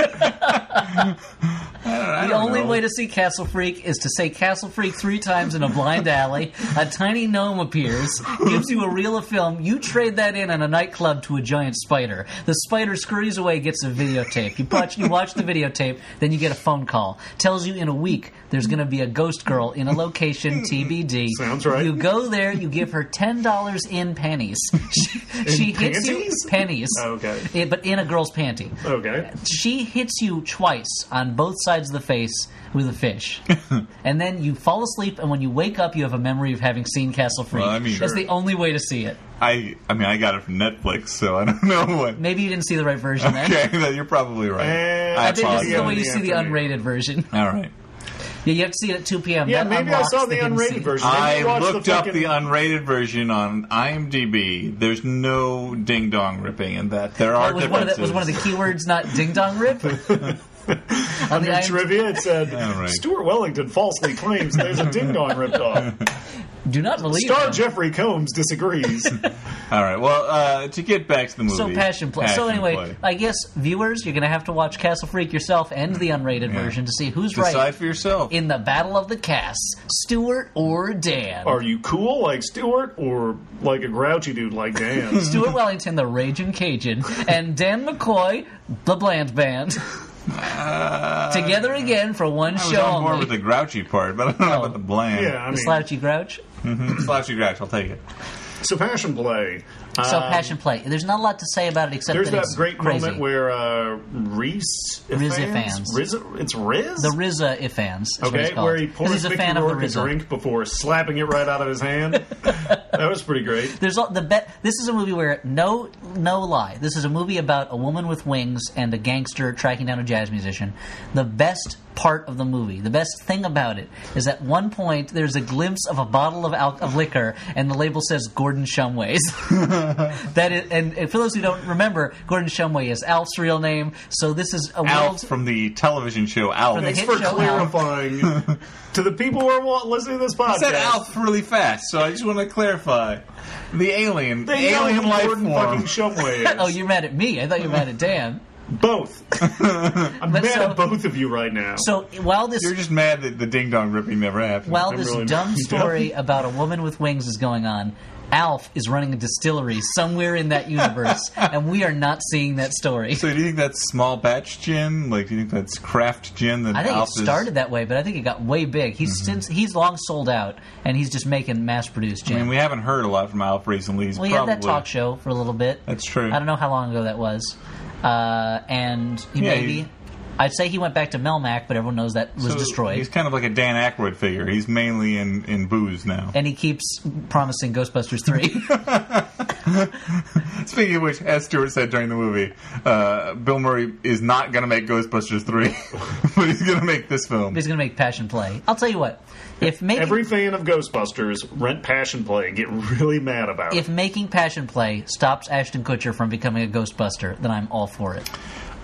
[SPEAKER 1] I
[SPEAKER 3] the
[SPEAKER 1] don't
[SPEAKER 3] only
[SPEAKER 1] know.
[SPEAKER 3] way to see Castle Freak is to say Castle Freak three times in a blind alley. A tiny gnome appears, gives you a reel of film. You trade that in on a nightclub to a giant spider. The spider scurries away, gets a videotape. You watch, you watch the videotape, then you get a phone call. Tells you in a week there's going to be a ghost girl in a location TBD.
[SPEAKER 2] Sounds right.
[SPEAKER 3] You go there, you give her ten dollars in pennies. She, she hits you
[SPEAKER 2] panties?
[SPEAKER 3] pennies.
[SPEAKER 2] Okay.
[SPEAKER 3] Yeah, but in a girl's panty
[SPEAKER 2] Okay.
[SPEAKER 3] she hits you twice on both sides of the face with a fish, and then you fall asleep. And when you wake up, you have a memory of having seen Castle Freak.
[SPEAKER 1] Well, I mean-
[SPEAKER 3] That's
[SPEAKER 1] Sure.
[SPEAKER 3] the only way to see it.
[SPEAKER 1] I I mean I got it from Netflix, so I don't know what.
[SPEAKER 3] Maybe you didn't see the right version. Then.
[SPEAKER 1] Okay, no, you're probably right. I
[SPEAKER 2] Eh, I
[SPEAKER 3] I think this is
[SPEAKER 1] apologize.
[SPEAKER 3] the
[SPEAKER 2] Yeah,
[SPEAKER 3] way you
[SPEAKER 2] the
[SPEAKER 3] see the
[SPEAKER 2] afternoon.
[SPEAKER 3] unrated version.
[SPEAKER 1] All right.
[SPEAKER 3] Yeah, you have to see it at 2 p.m.
[SPEAKER 2] Yeah,
[SPEAKER 3] That
[SPEAKER 2] maybe I
[SPEAKER 3] unlocks
[SPEAKER 2] saw the
[SPEAKER 3] hidden
[SPEAKER 2] unrated
[SPEAKER 3] scene.
[SPEAKER 2] version. Maybe
[SPEAKER 1] I
[SPEAKER 2] you watched the
[SPEAKER 1] looked up
[SPEAKER 2] fucking-
[SPEAKER 1] the unrated version on IMDb. There's no ding dong ripping in that. There are
[SPEAKER 3] That was one, of
[SPEAKER 1] differences.
[SPEAKER 3] the, was one of the keywords not ding dong rip? On the
[SPEAKER 2] In
[SPEAKER 3] IMDb
[SPEAKER 2] trivia, it said
[SPEAKER 1] Yeah, right.
[SPEAKER 2] Stuart Wellington falsely claims there's a ding dong ripped off.
[SPEAKER 3] do not believe
[SPEAKER 2] Star
[SPEAKER 3] him.
[SPEAKER 2] Jeffrey Combs disagrees.
[SPEAKER 1] All right. Well, uh, to get back to the movie.
[SPEAKER 3] So passion play. so
[SPEAKER 1] Passion
[SPEAKER 3] anyway, uh,
[SPEAKER 1] Play.
[SPEAKER 3] I guess viewers, you're going to have to watch Castle Freak yourself and the unrated version to see who's
[SPEAKER 1] decide
[SPEAKER 3] right.
[SPEAKER 1] for yourself.
[SPEAKER 3] in the battle of the casts, Stewart or Dan.
[SPEAKER 2] Are you cool like Stuart or like a grouchy dude like Dan?
[SPEAKER 3] Stuart Wellington, the Raging Cajun, and Dan McCoy, the Bland Band. Together again for one
[SPEAKER 1] Uh, I was
[SPEAKER 3] show
[SPEAKER 1] on board
[SPEAKER 3] only.
[SPEAKER 1] with the grouchy part, but I don't know
[SPEAKER 3] Oh.
[SPEAKER 1] about the bland.
[SPEAKER 2] yeah, I
[SPEAKER 3] The
[SPEAKER 2] mean,
[SPEAKER 3] slouchy grouch.
[SPEAKER 2] Um,
[SPEAKER 1] Slouchy grouch. I'll take it.
[SPEAKER 2] so passion play.
[SPEAKER 3] So
[SPEAKER 2] Um,
[SPEAKER 3] passion play. There's not a lot to say about it except
[SPEAKER 2] There's
[SPEAKER 3] that
[SPEAKER 2] that
[SPEAKER 3] it's
[SPEAKER 2] great
[SPEAKER 3] crazy.
[SPEAKER 2] moment where uh, Reese
[SPEAKER 3] Riz Ifans.
[SPEAKER 2] Riz, it's Riz.
[SPEAKER 3] the RZA ifans. Is what it's
[SPEAKER 2] okay,
[SPEAKER 3] called.
[SPEAKER 2] where he
[SPEAKER 3] 'Cause
[SPEAKER 2] pours
[SPEAKER 3] he's a
[SPEAKER 2] Mickey
[SPEAKER 3] fan of the
[SPEAKER 2] Rourke a
[SPEAKER 3] RZA.
[SPEAKER 2] drink before slapping it right out of his hand. that was pretty great.
[SPEAKER 3] There's all, the bet. This is a movie where no no lie. This is a movie about a woman with wings and a gangster tracking down a jazz musician. The best part of the movie, the best thing about it, is at one point there's a glimpse of a bottle of, al- of liquor and the label says Gordon Shumway's. that is, and, and for those who don't remember, Gordon Shumway is Alf's real name. So this is a
[SPEAKER 1] Alf
[SPEAKER 3] world.
[SPEAKER 1] from the television show Alf.
[SPEAKER 3] From the
[SPEAKER 1] I
[SPEAKER 2] Thanks
[SPEAKER 3] hit
[SPEAKER 2] for
[SPEAKER 3] show, Alf.
[SPEAKER 2] clarifying to the people who are wa- listening to this podcast.
[SPEAKER 1] said Alf really fast, so I just want to clarify. The alien,
[SPEAKER 2] They know
[SPEAKER 1] alien
[SPEAKER 2] who
[SPEAKER 1] life
[SPEAKER 2] Gordon
[SPEAKER 1] form.
[SPEAKER 2] fucking Shumway is.
[SPEAKER 3] Oh, you're mad at me. I thought you were mad at Dan.
[SPEAKER 2] both. I'm mad
[SPEAKER 3] so-
[SPEAKER 2] at both of you right now.
[SPEAKER 3] So while this
[SPEAKER 1] You're just mad that the ding dong ripping never happened.
[SPEAKER 3] While
[SPEAKER 2] I'm
[SPEAKER 3] this
[SPEAKER 2] really
[SPEAKER 3] dumb
[SPEAKER 2] not-
[SPEAKER 3] story about a woman with wings is going on, Alf is running a distillery somewhere in that universe, and we are not seeing that story.
[SPEAKER 1] so do you think that's small batch gin? Like, do you think that's craft gin? That
[SPEAKER 3] I think
[SPEAKER 1] Alf Mm-hmm.
[SPEAKER 3] it started that way, but I think it got way big. He's since he's long sold out, and he's just making
[SPEAKER 1] Is,
[SPEAKER 3] mass-produced
[SPEAKER 1] I
[SPEAKER 3] gin.
[SPEAKER 1] mean, we haven't heard a lot from Alf recently. He's
[SPEAKER 3] we had
[SPEAKER 1] probably,
[SPEAKER 3] that talk show for a little bit.
[SPEAKER 1] That's true.
[SPEAKER 3] I don't know how long ago that was, uh, and he
[SPEAKER 1] Yeah,
[SPEAKER 3] maybe
[SPEAKER 1] he-
[SPEAKER 3] I'd say he went back to Melmac, but everyone knows that was
[SPEAKER 1] So
[SPEAKER 3] destroyed.
[SPEAKER 1] He's kind of like a Dan Aykroyd figure. He's mainly in, in booze now.
[SPEAKER 3] and he keeps promising Ghostbusters three.
[SPEAKER 1] Speaking of which, as Stewart said during the movie, uh, Bill Murray is not going to make Ghostbusters 3, but he's going to make this film.
[SPEAKER 3] he's going to make Passion Play. I'll tell you what. If making
[SPEAKER 2] Every fan of Ghostbusters rent Passion Play and get really mad about it.
[SPEAKER 3] if making passion play stops Ashton Kutcher from becoming a Ghostbuster, then I'm all for it.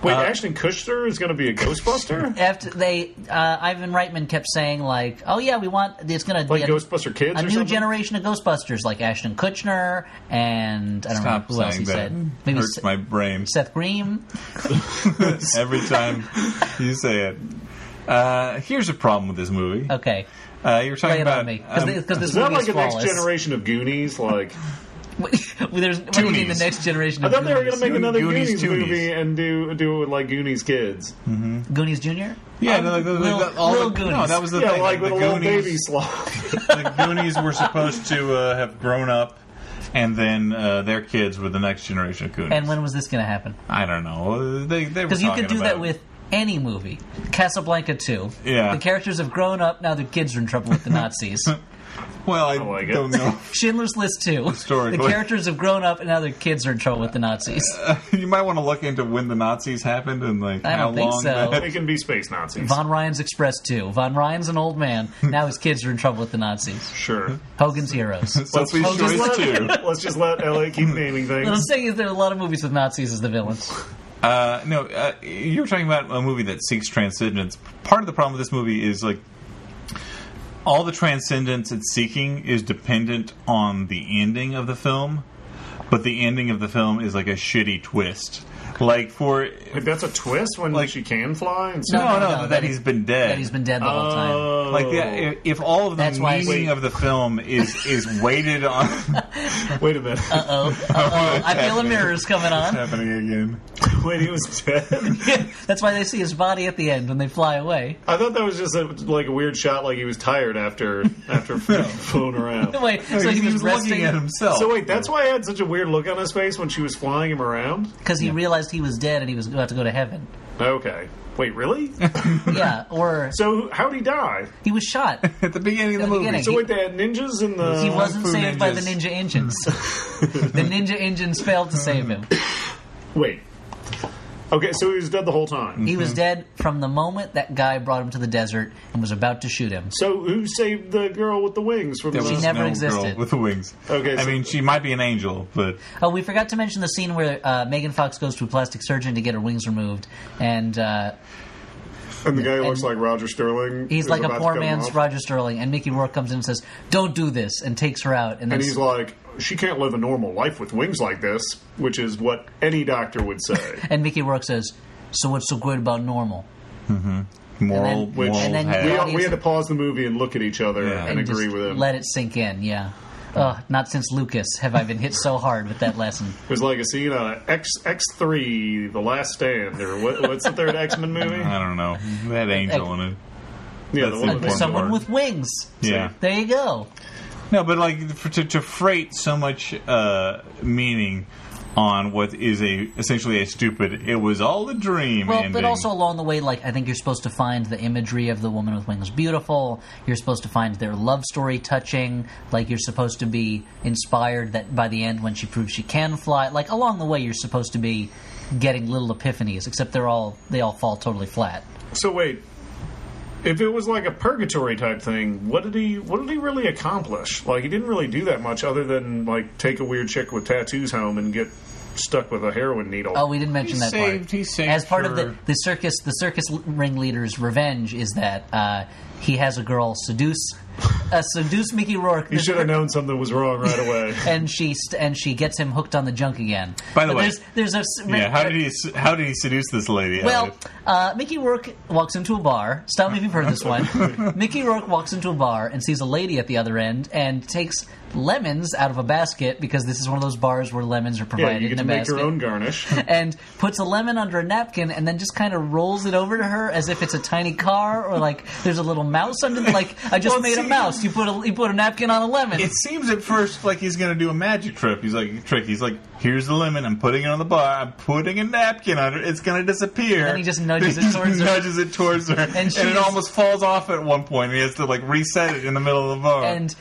[SPEAKER 2] Wait, Ashton Kutcher is going to be a Ghostbuster?
[SPEAKER 3] After they, uh, Ivan Reitman kept saying like, "Oh yeah, we want it's going to
[SPEAKER 2] Like
[SPEAKER 3] be a,
[SPEAKER 2] Ghostbuster Kids
[SPEAKER 3] a
[SPEAKER 2] or
[SPEAKER 3] new
[SPEAKER 2] something?
[SPEAKER 3] generation of Ghostbusters, like Ashton Kutcher and I don't
[SPEAKER 1] Stop
[SPEAKER 3] know who else he
[SPEAKER 1] saying that.
[SPEAKER 3] said. Maybe
[SPEAKER 1] Hurts
[SPEAKER 3] Se-
[SPEAKER 1] my brain
[SPEAKER 3] Seth Green.
[SPEAKER 1] every time you say it. Uh, here's a problem with this movie.
[SPEAKER 3] Okay,
[SPEAKER 1] Uh, you're
[SPEAKER 3] play
[SPEAKER 1] talking
[SPEAKER 3] it
[SPEAKER 1] about
[SPEAKER 3] on me
[SPEAKER 1] um,
[SPEAKER 3] because this
[SPEAKER 2] Is that
[SPEAKER 3] movie
[SPEAKER 2] like
[SPEAKER 3] is
[SPEAKER 2] a next
[SPEAKER 3] flawless.
[SPEAKER 2] generation of Goonies? Like,
[SPEAKER 3] There's what do you mean the
[SPEAKER 1] Toonies.
[SPEAKER 3] next generation
[SPEAKER 2] I
[SPEAKER 3] of
[SPEAKER 2] thought they were
[SPEAKER 3] Goonies?
[SPEAKER 2] going to make another
[SPEAKER 1] Goonies,
[SPEAKER 2] Goonies,
[SPEAKER 1] Toonies.
[SPEAKER 2] movie and do do it with like Goonies kids.
[SPEAKER 3] Goonies Junior.
[SPEAKER 1] yeah, no, like, like,
[SPEAKER 3] Little-
[SPEAKER 1] that- all
[SPEAKER 3] Little
[SPEAKER 1] the, No,
[SPEAKER 3] Goonies.
[SPEAKER 1] that was the
[SPEAKER 2] Yeah,
[SPEAKER 1] thing.
[SPEAKER 2] like
[SPEAKER 1] the
[SPEAKER 2] with a little
[SPEAKER 1] Goonies-
[SPEAKER 2] baby sloth.
[SPEAKER 1] the Goonies were supposed to uh, have grown up, and then uh, their kids were the next generation of Goonies.
[SPEAKER 3] And when was this going to happen?
[SPEAKER 1] I don't know. They they were
[SPEAKER 3] Because you could
[SPEAKER 1] talking
[SPEAKER 3] do
[SPEAKER 1] about
[SPEAKER 3] that
[SPEAKER 1] it.
[SPEAKER 3] with any movie. Casablanca 2.
[SPEAKER 1] Yeah.
[SPEAKER 3] The characters have grown up, now the kids are in trouble with the Nazis.
[SPEAKER 1] Well, I
[SPEAKER 2] like it.
[SPEAKER 1] don't know.
[SPEAKER 3] Schindler's List 2.
[SPEAKER 1] Historically.
[SPEAKER 3] The characters have grown up, and now their kids are in trouble with the Nazis.
[SPEAKER 1] you might want to look into when the Nazis happened and like
[SPEAKER 3] I
[SPEAKER 1] how
[SPEAKER 3] don't think
[SPEAKER 1] long.
[SPEAKER 3] so.
[SPEAKER 1] that-
[SPEAKER 2] They can be space Nazis.
[SPEAKER 3] Von Ryan's Express 2. Von Ryan's an old man, now his kids are in trouble with the Nazis.
[SPEAKER 2] sure.
[SPEAKER 3] Hogan's Heroes.
[SPEAKER 1] Sophie's
[SPEAKER 2] Let's just
[SPEAKER 1] choice
[SPEAKER 2] let-
[SPEAKER 1] too.
[SPEAKER 2] Let's just let LA
[SPEAKER 1] Hmm.
[SPEAKER 2] keep naming
[SPEAKER 3] What I'm
[SPEAKER 2] things.
[SPEAKER 3] saying is there are a lot of movies with Nazis as the villains.
[SPEAKER 1] Uh, no, uh, you were talking about a movie that seeks transcendence. Part of the problem with this movie is like all the transcendence it's seeking is dependent on the ending of the film, but the ending of the film is like a shitty twist. Like for
[SPEAKER 2] If that's a twist when
[SPEAKER 1] Like-
[SPEAKER 2] she can fly and
[SPEAKER 1] no,
[SPEAKER 2] stuff.
[SPEAKER 1] no,
[SPEAKER 3] no,
[SPEAKER 1] that,
[SPEAKER 3] that
[SPEAKER 1] he's
[SPEAKER 3] is-
[SPEAKER 1] been dead.
[SPEAKER 3] That he's been dead the whole time.
[SPEAKER 2] Oh.
[SPEAKER 1] like the, if all of the
[SPEAKER 3] That's why I
[SPEAKER 1] meaning
[SPEAKER 3] see-
[SPEAKER 1] of the film is is weighted on
[SPEAKER 2] wait a minute.
[SPEAKER 1] Uh-uh.
[SPEAKER 3] Oh, uh-oh, I feel a mirror's coming on.
[SPEAKER 1] happening again.
[SPEAKER 2] Wait, he was dead.
[SPEAKER 3] That's why they see his body at the end when they fly away.
[SPEAKER 2] I thought that was just a, like a weird shot, like he was tired after after fooling around.
[SPEAKER 3] Wait, so
[SPEAKER 1] Oh, He's
[SPEAKER 3] he was
[SPEAKER 1] just looking
[SPEAKER 3] resting
[SPEAKER 1] at himself.
[SPEAKER 2] So wait, that's why I had such a weird look on his face when she was flying him around.
[SPEAKER 3] because he realized he was dead and he was about to go to heaven.
[SPEAKER 2] Okay, wait, really?
[SPEAKER 3] Yeah, or
[SPEAKER 2] so how'd he die?
[SPEAKER 3] he was shot.
[SPEAKER 1] at the beginning of the
[SPEAKER 3] the
[SPEAKER 1] movie.
[SPEAKER 3] beginning.
[SPEAKER 2] So wait, they had ninjas in the.
[SPEAKER 3] He wasn't
[SPEAKER 1] Kung Fu
[SPEAKER 3] saved by
[SPEAKER 1] ninjas.
[SPEAKER 3] the ninja engines. the ninja engines failed to save him.
[SPEAKER 2] Wait. Okay, so he was dead the whole time.
[SPEAKER 3] He was dead from the moment that guy brought him to the desert and was about to shoot him.
[SPEAKER 2] so who saved the girl with the wings from
[SPEAKER 1] There
[SPEAKER 2] the?
[SPEAKER 1] was
[SPEAKER 3] never
[SPEAKER 1] no Girl
[SPEAKER 3] existed.
[SPEAKER 1] with the wings.
[SPEAKER 2] Okay,
[SPEAKER 1] I
[SPEAKER 2] so-
[SPEAKER 1] mean, she might be an angel, but
[SPEAKER 3] Oh, we forgot to mention the scene where uh, Megan Fox goes to a plastic surgeon to get her wings removed, and uh,
[SPEAKER 2] and the guy looks like Roger Sterling.
[SPEAKER 3] he's
[SPEAKER 2] who's
[SPEAKER 3] like
[SPEAKER 2] about
[SPEAKER 3] a
[SPEAKER 2] to
[SPEAKER 3] poor
[SPEAKER 2] cut him
[SPEAKER 3] man's
[SPEAKER 2] off.
[SPEAKER 3] Roger Sterling. And Mickey Rourke comes in and says, "Don't do this," and takes her out. And, then
[SPEAKER 2] And he's like, she can't live a normal life with wings like this, which is what any doctor would say.
[SPEAKER 3] and Mickey Rourke says, "So what's so great about normal?"
[SPEAKER 1] moral,
[SPEAKER 3] And then-
[SPEAKER 1] moral
[SPEAKER 3] and then
[SPEAKER 1] hazard.
[SPEAKER 2] we,
[SPEAKER 3] Yeah.
[SPEAKER 2] all, we had to pause the movie and look at each other
[SPEAKER 1] Yeah.
[SPEAKER 2] and,
[SPEAKER 1] And
[SPEAKER 2] agree
[SPEAKER 3] just
[SPEAKER 2] with him.
[SPEAKER 3] Let it sink in, yeah. Ugh, not since Lucas have I been hit so hard with that lesson.
[SPEAKER 2] It was like a scene on X X three, The Last Stand, or what, what's the third X Men movie?
[SPEAKER 1] I don't know. That angel in it.
[SPEAKER 2] Yeah, the
[SPEAKER 1] Uh-huh. that's
[SPEAKER 2] one
[SPEAKER 1] the
[SPEAKER 2] with
[SPEAKER 1] important
[SPEAKER 2] the-
[SPEAKER 3] Someone
[SPEAKER 1] word.
[SPEAKER 3] with wings.
[SPEAKER 1] Yeah.
[SPEAKER 3] There you go.
[SPEAKER 1] No, but like for, to, to freight so much uh, meaning on what is a essentially a stupid. It was all a dream.
[SPEAKER 3] Well,
[SPEAKER 1] ending.
[SPEAKER 3] but also along the way, like I think you're supposed to find the imagery of the woman with wings beautiful. You're supposed to find their love story touching. Like you're supposed to be inspired that by the end, when she proves she can fly, like along the way, you're supposed to be getting little epiphanies. Except they're all they all fall totally flat.
[SPEAKER 2] So wait, if it was like a purgatory type thing, what did he what did he really accomplish? Like he didn't really do that much other than like take a weird chick with tattoos home and get stuck with a heroin needle.
[SPEAKER 3] Oh, we didn't mention
[SPEAKER 1] He
[SPEAKER 3] that
[SPEAKER 1] saved-
[SPEAKER 3] part.
[SPEAKER 1] he saved
[SPEAKER 3] As part
[SPEAKER 1] her.
[SPEAKER 3] of the, the circus, the circus ringleader's revenge is that uh, he has a girl seduce, uh, seduce Mickey Rourke.
[SPEAKER 2] you should have known something was wrong right away.
[SPEAKER 3] And she st- and she gets him hooked on the junk again.
[SPEAKER 1] By the
[SPEAKER 3] But
[SPEAKER 1] way-
[SPEAKER 3] there's, there's a s-
[SPEAKER 1] yeah. How did he s- how did he seduce this lady?
[SPEAKER 3] Well,
[SPEAKER 1] Elliot?
[SPEAKER 3] uh, Mickey Rourke walks into a bar. Stop me if you've heard this one. Mickey Rourke walks into a bar and sees a lady at the other end and takes lemons out of a basket because this is one of those bars where lemons are
[SPEAKER 2] yeah,
[SPEAKER 3] provided
[SPEAKER 2] you get
[SPEAKER 3] in a
[SPEAKER 2] to make
[SPEAKER 3] basket
[SPEAKER 2] your own garnish.
[SPEAKER 3] and puts a lemon under a napkin and then just kind of rolls it over to her as if it's a tiny car or like there's a little mouse under like I just
[SPEAKER 1] Well,
[SPEAKER 3] made a
[SPEAKER 1] see-
[SPEAKER 3] mouse. You put a you put a napkin on a lemon.
[SPEAKER 1] It seems at first like he's going to do a magic trip. He's like, trick. He's like, here's the lemon. I'm putting it on the bar. I'm putting a napkin under it. It's going to disappear.
[SPEAKER 3] then he just nudges it
[SPEAKER 1] just
[SPEAKER 3] towards her.
[SPEAKER 1] nudges it towards her. And,
[SPEAKER 3] she's-
[SPEAKER 1] it almost falls off at one point. He has to like reset it in the middle of the bar.
[SPEAKER 3] and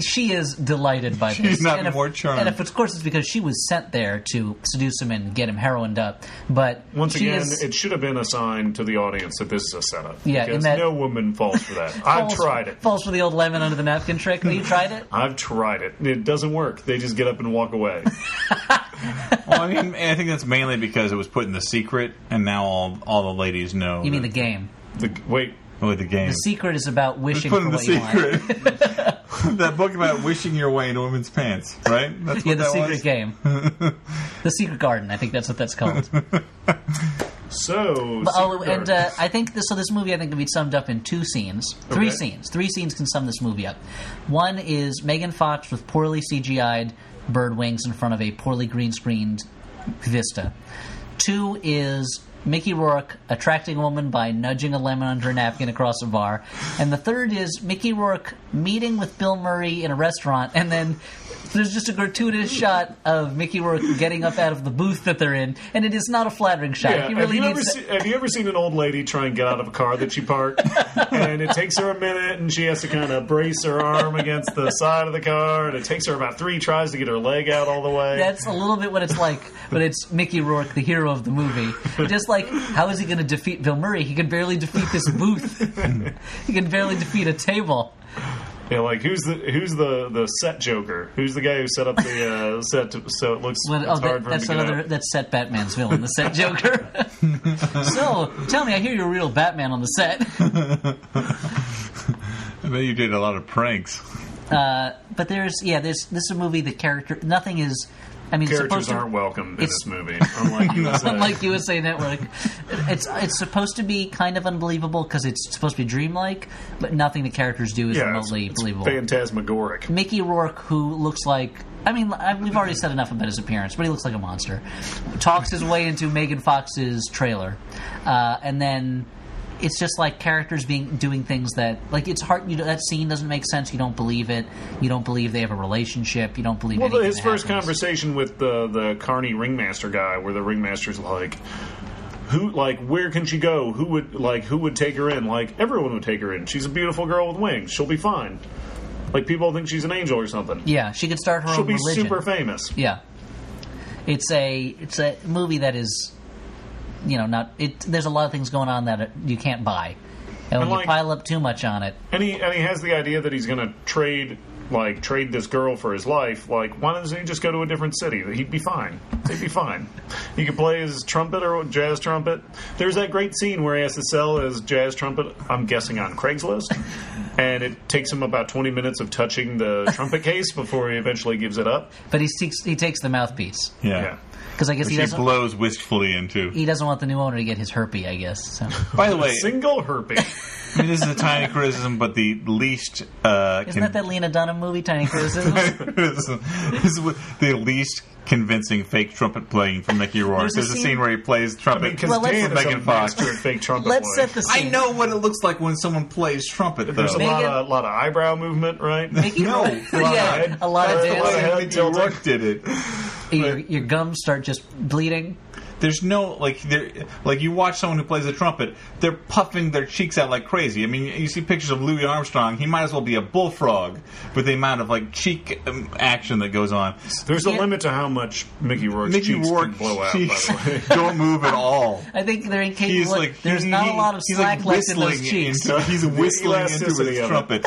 [SPEAKER 3] she is delighted by
[SPEAKER 1] She's
[SPEAKER 3] this.
[SPEAKER 1] not
[SPEAKER 3] and if-
[SPEAKER 1] more charmed.
[SPEAKER 3] And if, of course, it's because she was sent there to seduce him and get him heroined up. But
[SPEAKER 2] Once
[SPEAKER 3] she
[SPEAKER 2] again,
[SPEAKER 3] is-
[SPEAKER 2] it should have been a sign to the audience that this is a setup.
[SPEAKER 3] Yeah, in
[SPEAKER 2] because
[SPEAKER 3] that-
[SPEAKER 2] no woman falls for that. I've
[SPEAKER 3] falls-
[SPEAKER 2] tried it.
[SPEAKER 3] Falls for the old lemon under the napkin trick. Have you tried it?
[SPEAKER 2] I've tried it. It doesn't work. They just get up and walk away.
[SPEAKER 1] Well, I mean, I think that's mainly because it was put in the secret, and now all all the ladies know.
[SPEAKER 3] You mean the game?
[SPEAKER 2] The, wait,
[SPEAKER 1] Oh, the game?
[SPEAKER 3] The secret is about wishing
[SPEAKER 1] put
[SPEAKER 3] for
[SPEAKER 1] in the
[SPEAKER 3] what you want.
[SPEAKER 1] secret. that book about wishing your way into women's pants, right? That's what
[SPEAKER 3] Yeah, the
[SPEAKER 1] that
[SPEAKER 3] secret
[SPEAKER 1] was?
[SPEAKER 3] game. the secret garden. I think that's what that's called.
[SPEAKER 2] so
[SPEAKER 3] oh,
[SPEAKER 2] Secret
[SPEAKER 3] and
[SPEAKER 2] Garden.
[SPEAKER 3] uh, I think this, so. This movie, I think, can be summed up in two scenes, three
[SPEAKER 2] Okay.
[SPEAKER 3] scenes. Three scenes can sum this movie up. One is Megan Fox with poorly CGI'd bird wings in front of a poorly green screened vista. Two is Mickey Rourke attracting a woman by nudging a lemon under a napkin across a bar, and the third is Mickey Rourke meeting with Bill Murray in a restaurant, and then. There's just a gratuitous shot of Mickey Rourke getting up out of the booth that they're in, and it is not a flattering shot.
[SPEAKER 2] Yeah,
[SPEAKER 3] he
[SPEAKER 2] have,
[SPEAKER 3] really
[SPEAKER 2] you ever
[SPEAKER 3] needs to-
[SPEAKER 2] se- have you ever seen an old lady try and get out of a car that she parked? and it takes her a minute, and she has to kind of brace her arm against the side of the car, and it takes her about three tries to get her leg out all the way.
[SPEAKER 3] That's a little bit what it's like, but it's Mickey Rourke, the hero of the movie. Just like, how is he going to defeat Bill Murray? He can barely defeat this booth. he can barely defeat a table.
[SPEAKER 2] Yeah, like who's the who's the, the set joker? Who's the guy who set up the uh, set to, so it looks
[SPEAKER 3] When-
[SPEAKER 2] it's
[SPEAKER 3] oh,
[SPEAKER 2] hard
[SPEAKER 3] that,
[SPEAKER 2] for him
[SPEAKER 3] that's
[SPEAKER 2] to get
[SPEAKER 3] another.
[SPEAKER 2] out?
[SPEAKER 3] That's set Batman's villain, the set Joker. so, tell me, I hear you're a real Batman on the set.
[SPEAKER 1] I bet you did a lot of pranks.
[SPEAKER 3] Uh, but there's, yeah, there's. This is a movie. The character, nothing is. I mean, it's
[SPEAKER 2] Characters
[SPEAKER 3] supposed to,
[SPEAKER 2] aren't welcome in
[SPEAKER 3] it's-
[SPEAKER 2] this movie, unlike uh, USA.
[SPEAKER 3] unlike USA Network. It's it's supposed to be kind of unbelievable because it's supposed to be dreamlike, but nothing the characters do is
[SPEAKER 2] yeah, it's,
[SPEAKER 3] remotely
[SPEAKER 2] it's
[SPEAKER 3] believable.
[SPEAKER 2] phantasmagoric.
[SPEAKER 3] Mickey Rourke, who looks like. I mean, I, we've already said enough about his appearance, but he looks like a monster. Talks his way into Megan Fox's trailer. Uh, and then it's just like characters being doing things that. Like, it's hard. You, that scene doesn't make sense. You don't believe it. You don't believe they have a relationship. You don't believe
[SPEAKER 2] Well,
[SPEAKER 3] anything
[SPEAKER 2] his
[SPEAKER 3] that
[SPEAKER 2] first
[SPEAKER 3] happens.
[SPEAKER 2] conversation with the the Carney ringmaster guy, where the ringmaster's like, "Who, like, where can she go? Who would, like, who would take her in? Like, everyone would take her in. She's a beautiful girl with wings. She'll be fine. Like, people think she's an angel or something.
[SPEAKER 3] Yeah, she could start her
[SPEAKER 2] She'll
[SPEAKER 3] own
[SPEAKER 2] be
[SPEAKER 3] religion.
[SPEAKER 2] super famous.
[SPEAKER 3] Yeah, it's a it's a movie that is, you know, not it. There's a lot of things going on that you can't buy, and when
[SPEAKER 2] And, like-
[SPEAKER 3] you pile up too much on it,
[SPEAKER 2] And he and he has the idea that he's going to trade." Like trade this girl for his life. Like, why doesn't he just go to a different city? He'd be fine. He'd be fine. He could play his trumpet or jazz trumpet. There's that great scene where he has to sell his jazz trumpet. I'm guessing on Craigslist, and it takes him about 20 minutes of touching the trumpet case before he eventually gives it up.
[SPEAKER 3] but he takes he takes the mouthpiece
[SPEAKER 1] Yeah.
[SPEAKER 2] Yeah.
[SPEAKER 3] because I guess
[SPEAKER 1] Which
[SPEAKER 3] he
[SPEAKER 1] he
[SPEAKER 3] doesn't
[SPEAKER 1] blows wistfully into.
[SPEAKER 3] he doesn't want the new owner to get his herpy. I guess so.
[SPEAKER 1] By the way,
[SPEAKER 2] Single herping.
[SPEAKER 1] I mean, this is a tiny criticism, but the least uh,
[SPEAKER 3] Isn't that that Lena Dunham movie, Tiny Criticisms?
[SPEAKER 1] con- this is what- the least convincing fake trumpet playing from Mickey Rourke. There's,
[SPEAKER 3] There's
[SPEAKER 1] a
[SPEAKER 3] a scene-
[SPEAKER 1] scene, where he plays trumpet
[SPEAKER 2] Because
[SPEAKER 3] Well, let's-
[SPEAKER 2] Dan is a
[SPEAKER 1] Megan Fox.
[SPEAKER 2] master at fake trumpet.
[SPEAKER 3] Let's
[SPEAKER 2] playing.
[SPEAKER 3] set the
[SPEAKER 1] I
[SPEAKER 3] scene.
[SPEAKER 1] know what it looks like when someone plays trumpet, though.
[SPEAKER 2] There's a lot of, lot of eyebrow movement, right?
[SPEAKER 3] Mickey
[SPEAKER 1] No,
[SPEAKER 3] Rourke-
[SPEAKER 1] a lot of
[SPEAKER 3] yeah,
[SPEAKER 2] head-
[SPEAKER 3] a lot of
[SPEAKER 2] that's the
[SPEAKER 3] dancing.
[SPEAKER 2] way-
[SPEAKER 1] Mickey Rourke did it.
[SPEAKER 3] Your, your gums start just bleeding.
[SPEAKER 1] There's no like there like you watch someone who plays the trumpet, they're puffing their cheeks out like crazy. I mean, you see pictures of Louis Armstrong; he might as well be a bullfrog with the amount of like cheek um, action that goes on.
[SPEAKER 2] There's a
[SPEAKER 3] Yeah.
[SPEAKER 2] limit to how much Mickey Rourke's
[SPEAKER 1] Mickey
[SPEAKER 2] cheeks
[SPEAKER 1] Rourke
[SPEAKER 2] can blow out.
[SPEAKER 1] cheeks
[SPEAKER 2] By the way.
[SPEAKER 1] don't move at all.
[SPEAKER 3] I think they're
[SPEAKER 1] He's
[SPEAKER 3] incapable.
[SPEAKER 1] like
[SPEAKER 3] there's
[SPEAKER 1] he-
[SPEAKER 3] not a
[SPEAKER 1] he-
[SPEAKER 3] lot of
[SPEAKER 1] he's
[SPEAKER 3] slack
[SPEAKER 1] like
[SPEAKER 3] left in those
[SPEAKER 1] whistling
[SPEAKER 3] cheeks.
[SPEAKER 1] into- he's whistling into
[SPEAKER 2] elasticity
[SPEAKER 1] his
[SPEAKER 2] of it.
[SPEAKER 1] trumpet.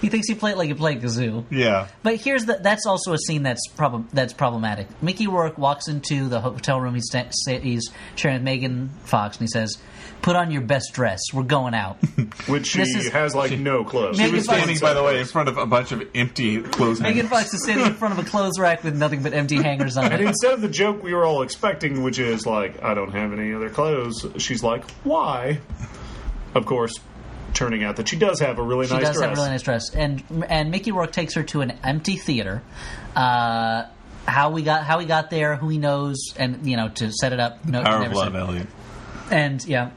[SPEAKER 3] He thinks he played like he played kazoo.
[SPEAKER 1] Yeah,
[SPEAKER 3] But here's the, that's also a scene that's prob- that's problematic. Mickey Rourke walks into the hotel room he's, sta- sta- he's sharing with Megan Fox, and he says, "Put on your best dress. We're going out."
[SPEAKER 2] Which she
[SPEAKER 3] This is-
[SPEAKER 2] has like no clothes.
[SPEAKER 1] he
[SPEAKER 3] Megan
[SPEAKER 1] was
[SPEAKER 3] Fox-
[SPEAKER 1] standing, by the way, in front of a bunch of empty clothes.
[SPEAKER 3] Megan
[SPEAKER 1] hangers.
[SPEAKER 3] Fox is standing in front of a clothes rack with nothing but empty hangers on
[SPEAKER 2] And
[SPEAKER 3] it.
[SPEAKER 2] instead of the joke we were all expecting, which is like, I don't have any other clothes, she's like, why? Of course, turning out that she does have a really
[SPEAKER 3] She
[SPEAKER 2] nice
[SPEAKER 3] does
[SPEAKER 2] dress.
[SPEAKER 3] have a really nice dress, and and Mickey Rourke takes her to an empty theater. Uh, how we got how we got there, who he knows, and you know to set it up. No,
[SPEAKER 1] Power of
[SPEAKER 3] never
[SPEAKER 1] love,
[SPEAKER 3] said.
[SPEAKER 1] Elliot.
[SPEAKER 3] And yeah,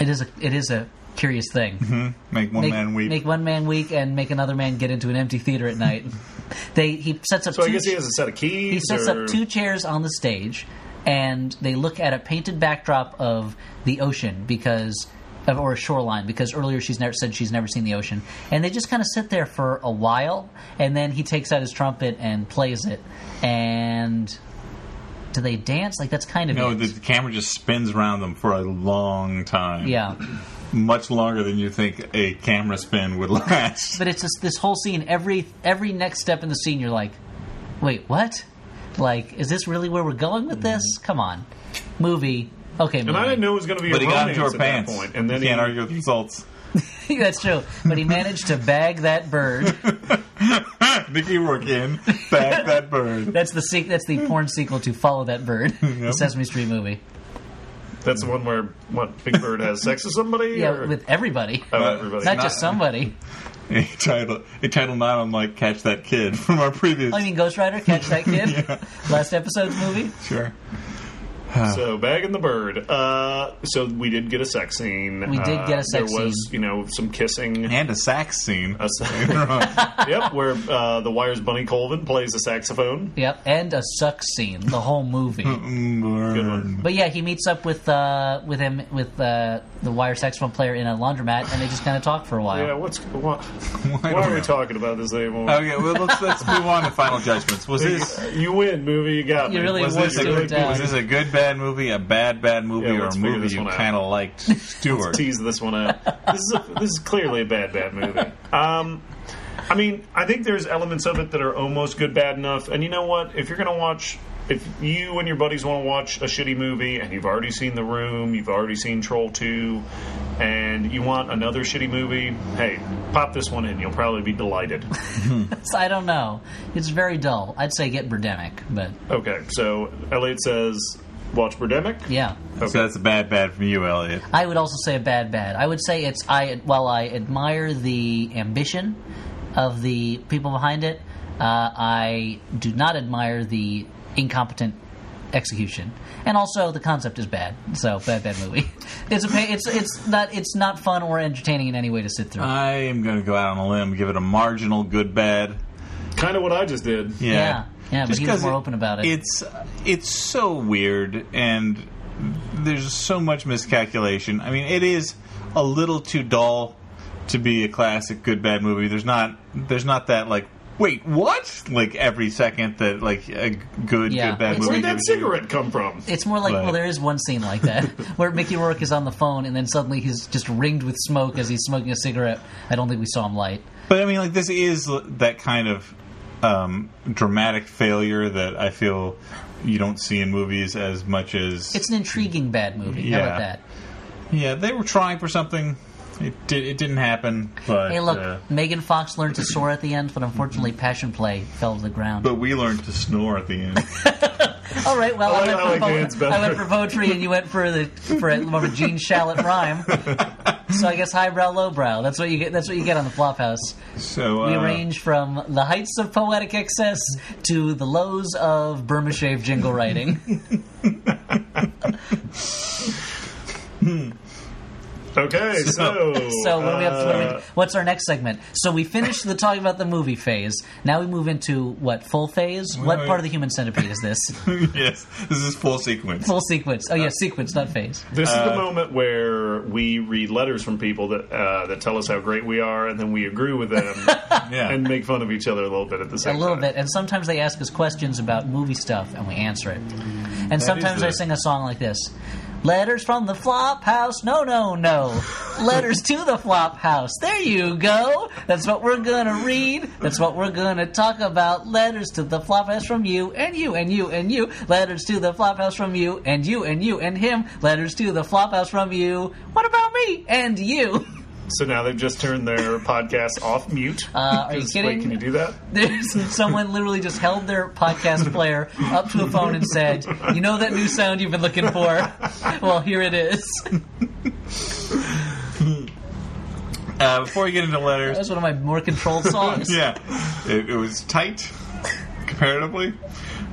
[SPEAKER 3] it is a it is a curious thing.
[SPEAKER 2] Mm-hmm.
[SPEAKER 1] Make one
[SPEAKER 3] make,
[SPEAKER 1] man weep.
[SPEAKER 3] make one man weak and make another man get into an empty theater at night. they he sets up
[SPEAKER 2] so I
[SPEAKER 3] two
[SPEAKER 2] guess he
[SPEAKER 3] ch-
[SPEAKER 2] has a set of keys.
[SPEAKER 3] he sets
[SPEAKER 2] or-
[SPEAKER 3] up two chairs on the stage and they look at a painted backdrop of the ocean because of- or a shoreline because earlier she's never said she's never seen the ocean and they just kind of sit there for a while and then he takes out his trumpet and plays it and do they dance like that's kind of
[SPEAKER 1] no,
[SPEAKER 3] it.
[SPEAKER 1] the camera just spins around them for a long time.
[SPEAKER 3] yeah
[SPEAKER 1] much longer than you think a camera spin would last.
[SPEAKER 3] but it's just this whole scene. Every every next step in the scene, you're like, wait, what? Like, is this really where we're going with this? Come on, movie. Okay,
[SPEAKER 2] And I
[SPEAKER 3] movie.
[SPEAKER 2] didn't know it was going to be
[SPEAKER 1] But
[SPEAKER 2] a
[SPEAKER 1] he got
[SPEAKER 2] romance
[SPEAKER 1] into her
[SPEAKER 2] at
[SPEAKER 1] pants.
[SPEAKER 2] that point. And then
[SPEAKER 1] you can't
[SPEAKER 2] he,
[SPEAKER 1] argue with results.
[SPEAKER 3] That's true. But he managed to bag that bird.
[SPEAKER 1] Mickey Rourke in back that bird.
[SPEAKER 3] That's the se- that's the porn sequel to Follow That Bird, the Sesame Street movie.
[SPEAKER 2] that's the one where what Big Bird has sex with somebody.
[SPEAKER 3] Yeah,
[SPEAKER 2] or,
[SPEAKER 3] with everybody.
[SPEAKER 2] oh, everybody.
[SPEAKER 3] Not
[SPEAKER 1] not-
[SPEAKER 3] just somebody.
[SPEAKER 1] A title, a title not unlike Catch That Kid from our previous.
[SPEAKER 3] I mean, Ghost Rider, Catch That Kid, last episode's movie.
[SPEAKER 1] sure.
[SPEAKER 3] Oh.
[SPEAKER 2] So bag and the bird. Uh, so we did get a sex scene. Uh,
[SPEAKER 3] We did get a sex
[SPEAKER 2] There was,
[SPEAKER 3] scene.
[SPEAKER 2] you know, some kissing.
[SPEAKER 1] And a sax scene.
[SPEAKER 2] A s- yep, where uh, the Wire's Bunny Colvin plays the saxophone.
[SPEAKER 3] Yep, and a suck scene, the whole
[SPEAKER 1] Hmm.
[SPEAKER 3] movie.
[SPEAKER 2] Good one.
[SPEAKER 3] But yeah, he meets up with uh, with him with uh, the wire saxophone player in a laundromat, and they just kind of talk for a while.
[SPEAKER 2] Yeah, what's what, why
[SPEAKER 1] don't
[SPEAKER 2] are we
[SPEAKER 1] know. Oh,
[SPEAKER 2] talking about this anymore?
[SPEAKER 1] Okay, well let's let's move on to final judgments. Was this
[SPEAKER 2] you win, movie. You got
[SPEAKER 3] You
[SPEAKER 2] me.
[SPEAKER 3] really
[SPEAKER 1] was
[SPEAKER 3] What's
[SPEAKER 1] this, a
[SPEAKER 3] doing
[SPEAKER 1] good,
[SPEAKER 3] down?
[SPEAKER 1] was this a good bad movie, a bad bad movie,
[SPEAKER 2] Yeah,
[SPEAKER 1] or
[SPEAKER 2] let's
[SPEAKER 1] a
[SPEAKER 2] figure
[SPEAKER 1] movie
[SPEAKER 2] this
[SPEAKER 1] you
[SPEAKER 2] one out.
[SPEAKER 1] kind of liked? Stewart.
[SPEAKER 2] tease this one out. This is a, this is clearly a bad bad movie. Um, I mean, I think there's elements of it that are almost good bad enough. And you know what? If you're gonna watch, if you and your buddies want to watch a shitty movie, and you've already seen The Room, you've already seen Troll Two, and you want another shitty movie, hey, pop this one in. You'll probably be delighted.
[SPEAKER 3] So I don't know. It's very dull. I'd say get Birdemic, but
[SPEAKER 2] Okay, so Elliot says, watch Birdemic.
[SPEAKER 3] yeah.
[SPEAKER 1] So that's a bad bad from you, Elliot.
[SPEAKER 3] I would also say a bad bad. I would say it's I while I admire the ambition of the people behind it, uh, I do not admire the incompetent execution. And also the concept is bad. So bad bad movie. It's a pa- it's it's not it's not fun or entertaining in any way to sit through.
[SPEAKER 1] I am going to go out on a limb, give it a marginal good bad.
[SPEAKER 2] Kind of what I just did.
[SPEAKER 1] Yeah,
[SPEAKER 3] Yeah. Yeah, but
[SPEAKER 1] Just
[SPEAKER 3] he was
[SPEAKER 1] 'cause
[SPEAKER 3] more open about it.
[SPEAKER 1] It's it's so weird, and there's so much miscalculation. I mean, it is a little too dull to be a classic good bad movie. There's not there's not that like wait what like every second that like a good
[SPEAKER 3] Yeah.
[SPEAKER 1] good bad
[SPEAKER 3] It's
[SPEAKER 1] movie.
[SPEAKER 2] Where did that
[SPEAKER 1] gives you.
[SPEAKER 2] cigarette come from?
[SPEAKER 3] It's more like
[SPEAKER 1] Right.
[SPEAKER 3] well, there is one scene like that where Mickey Rourke is on the phone and then suddenly he's just ringed with smoke as he's smoking a cigarette. I don't think we saw him light.
[SPEAKER 1] But I mean, like this is l- that kind of um, dramatic failure that I feel you don't see in movies as much as
[SPEAKER 3] It's an intriguing bad movie. How about
[SPEAKER 1] Yeah.
[SPEAKER 3] that?
[SPEAKER 1] yeah. They were trying for something. It did. It didn't happen. But
[SPEAKER 3] Hey, look,
[SPEAKER 1] uh,
[SPEAKER 3] Megan Fox learned to soar at the end, but unfortunately, Passion Play fell to the ground.
[SPEAKER 1] but we learned to snore at the end.
[SPEAKER 3] All right, well, I,
[SPEAKER 2] I like- I like
[SPEAKER 3] went
[SPEAKER 2] Dan's
[SPEAKER 3] for po-
[SPEAKER 2] better.
[SPEAKER 3] I went for poetry, and you went for the for a, more of a Gene Shalit rhyme. so I guess highbrow, lowbrow. That's what you get. That's what you get on the Flophouse.
[SPEAKER 1] So uh,
[SPEAKER 3] We range from the heights of poetic excess to the lows of Burma Shave jingle writing.
[SPEAKER 2] Okay, so
[SPEAKER 3] So what do we have to, what do we-
[SPEAKER 2] uh,
[SPEAKER 3] what's our next segment? So we finished the talking about the movie phase. Now we move into what full phase? What
[SPEAKER 1] wait.
[SPEAKER 3] part of the human centipede is this?
[SPEAKER 1] yes, this is full sequence.
[SPEAKER 3] full sequence. Oh yeah, sequence, not phase.
[SPEAKER 2] This is the moment where we read letters from people that uh, that tell us how great we are, and then we agree with them
[SPEAKER 1] Yeah.
[SPEAKER 2] and make fun of each other a little bit at the
[SPEAKER 3] A
[SPEAKER 2] same
[SPEAKER 3] little
[SPEAKER 2] time.
[SPEAKER 3] bit, and sometimes they ask us questions about movie stuff, and we answer it. And sometimes
[SPEAKER 1] the-
[SPEAKER 3] I sing a song like this: "Letters from the Flop House, no, no, no. Letters to the Flop House. There you go. That's what we're gonna read. That's what we're gonna talk about. Letters to the Flop House from you and you and you and you. Letters to the Flop House from you and you and you and him. Letters to the Flop House from you. What about me and you?"
[SPEAKER 2] So now they've just turned their podcast off mute.
[SPEAKER 3] Uh, are you
[SPEAKER 2] Just,
[SPEAKER 3] kidding?
[SPEAKER 2] Wait, can you do that?
[SPEAKER 3] There's someone literally just held their podcast player up to a phone and said, "You know that new sound you've been looking for? Well, here it is."
[SPEAKER 1] Uh, before we get into letters,
[SPEAKER 3] That's one of my more controlled songs.
[SPEAKER 1] yeah, it, it was tight comparatively.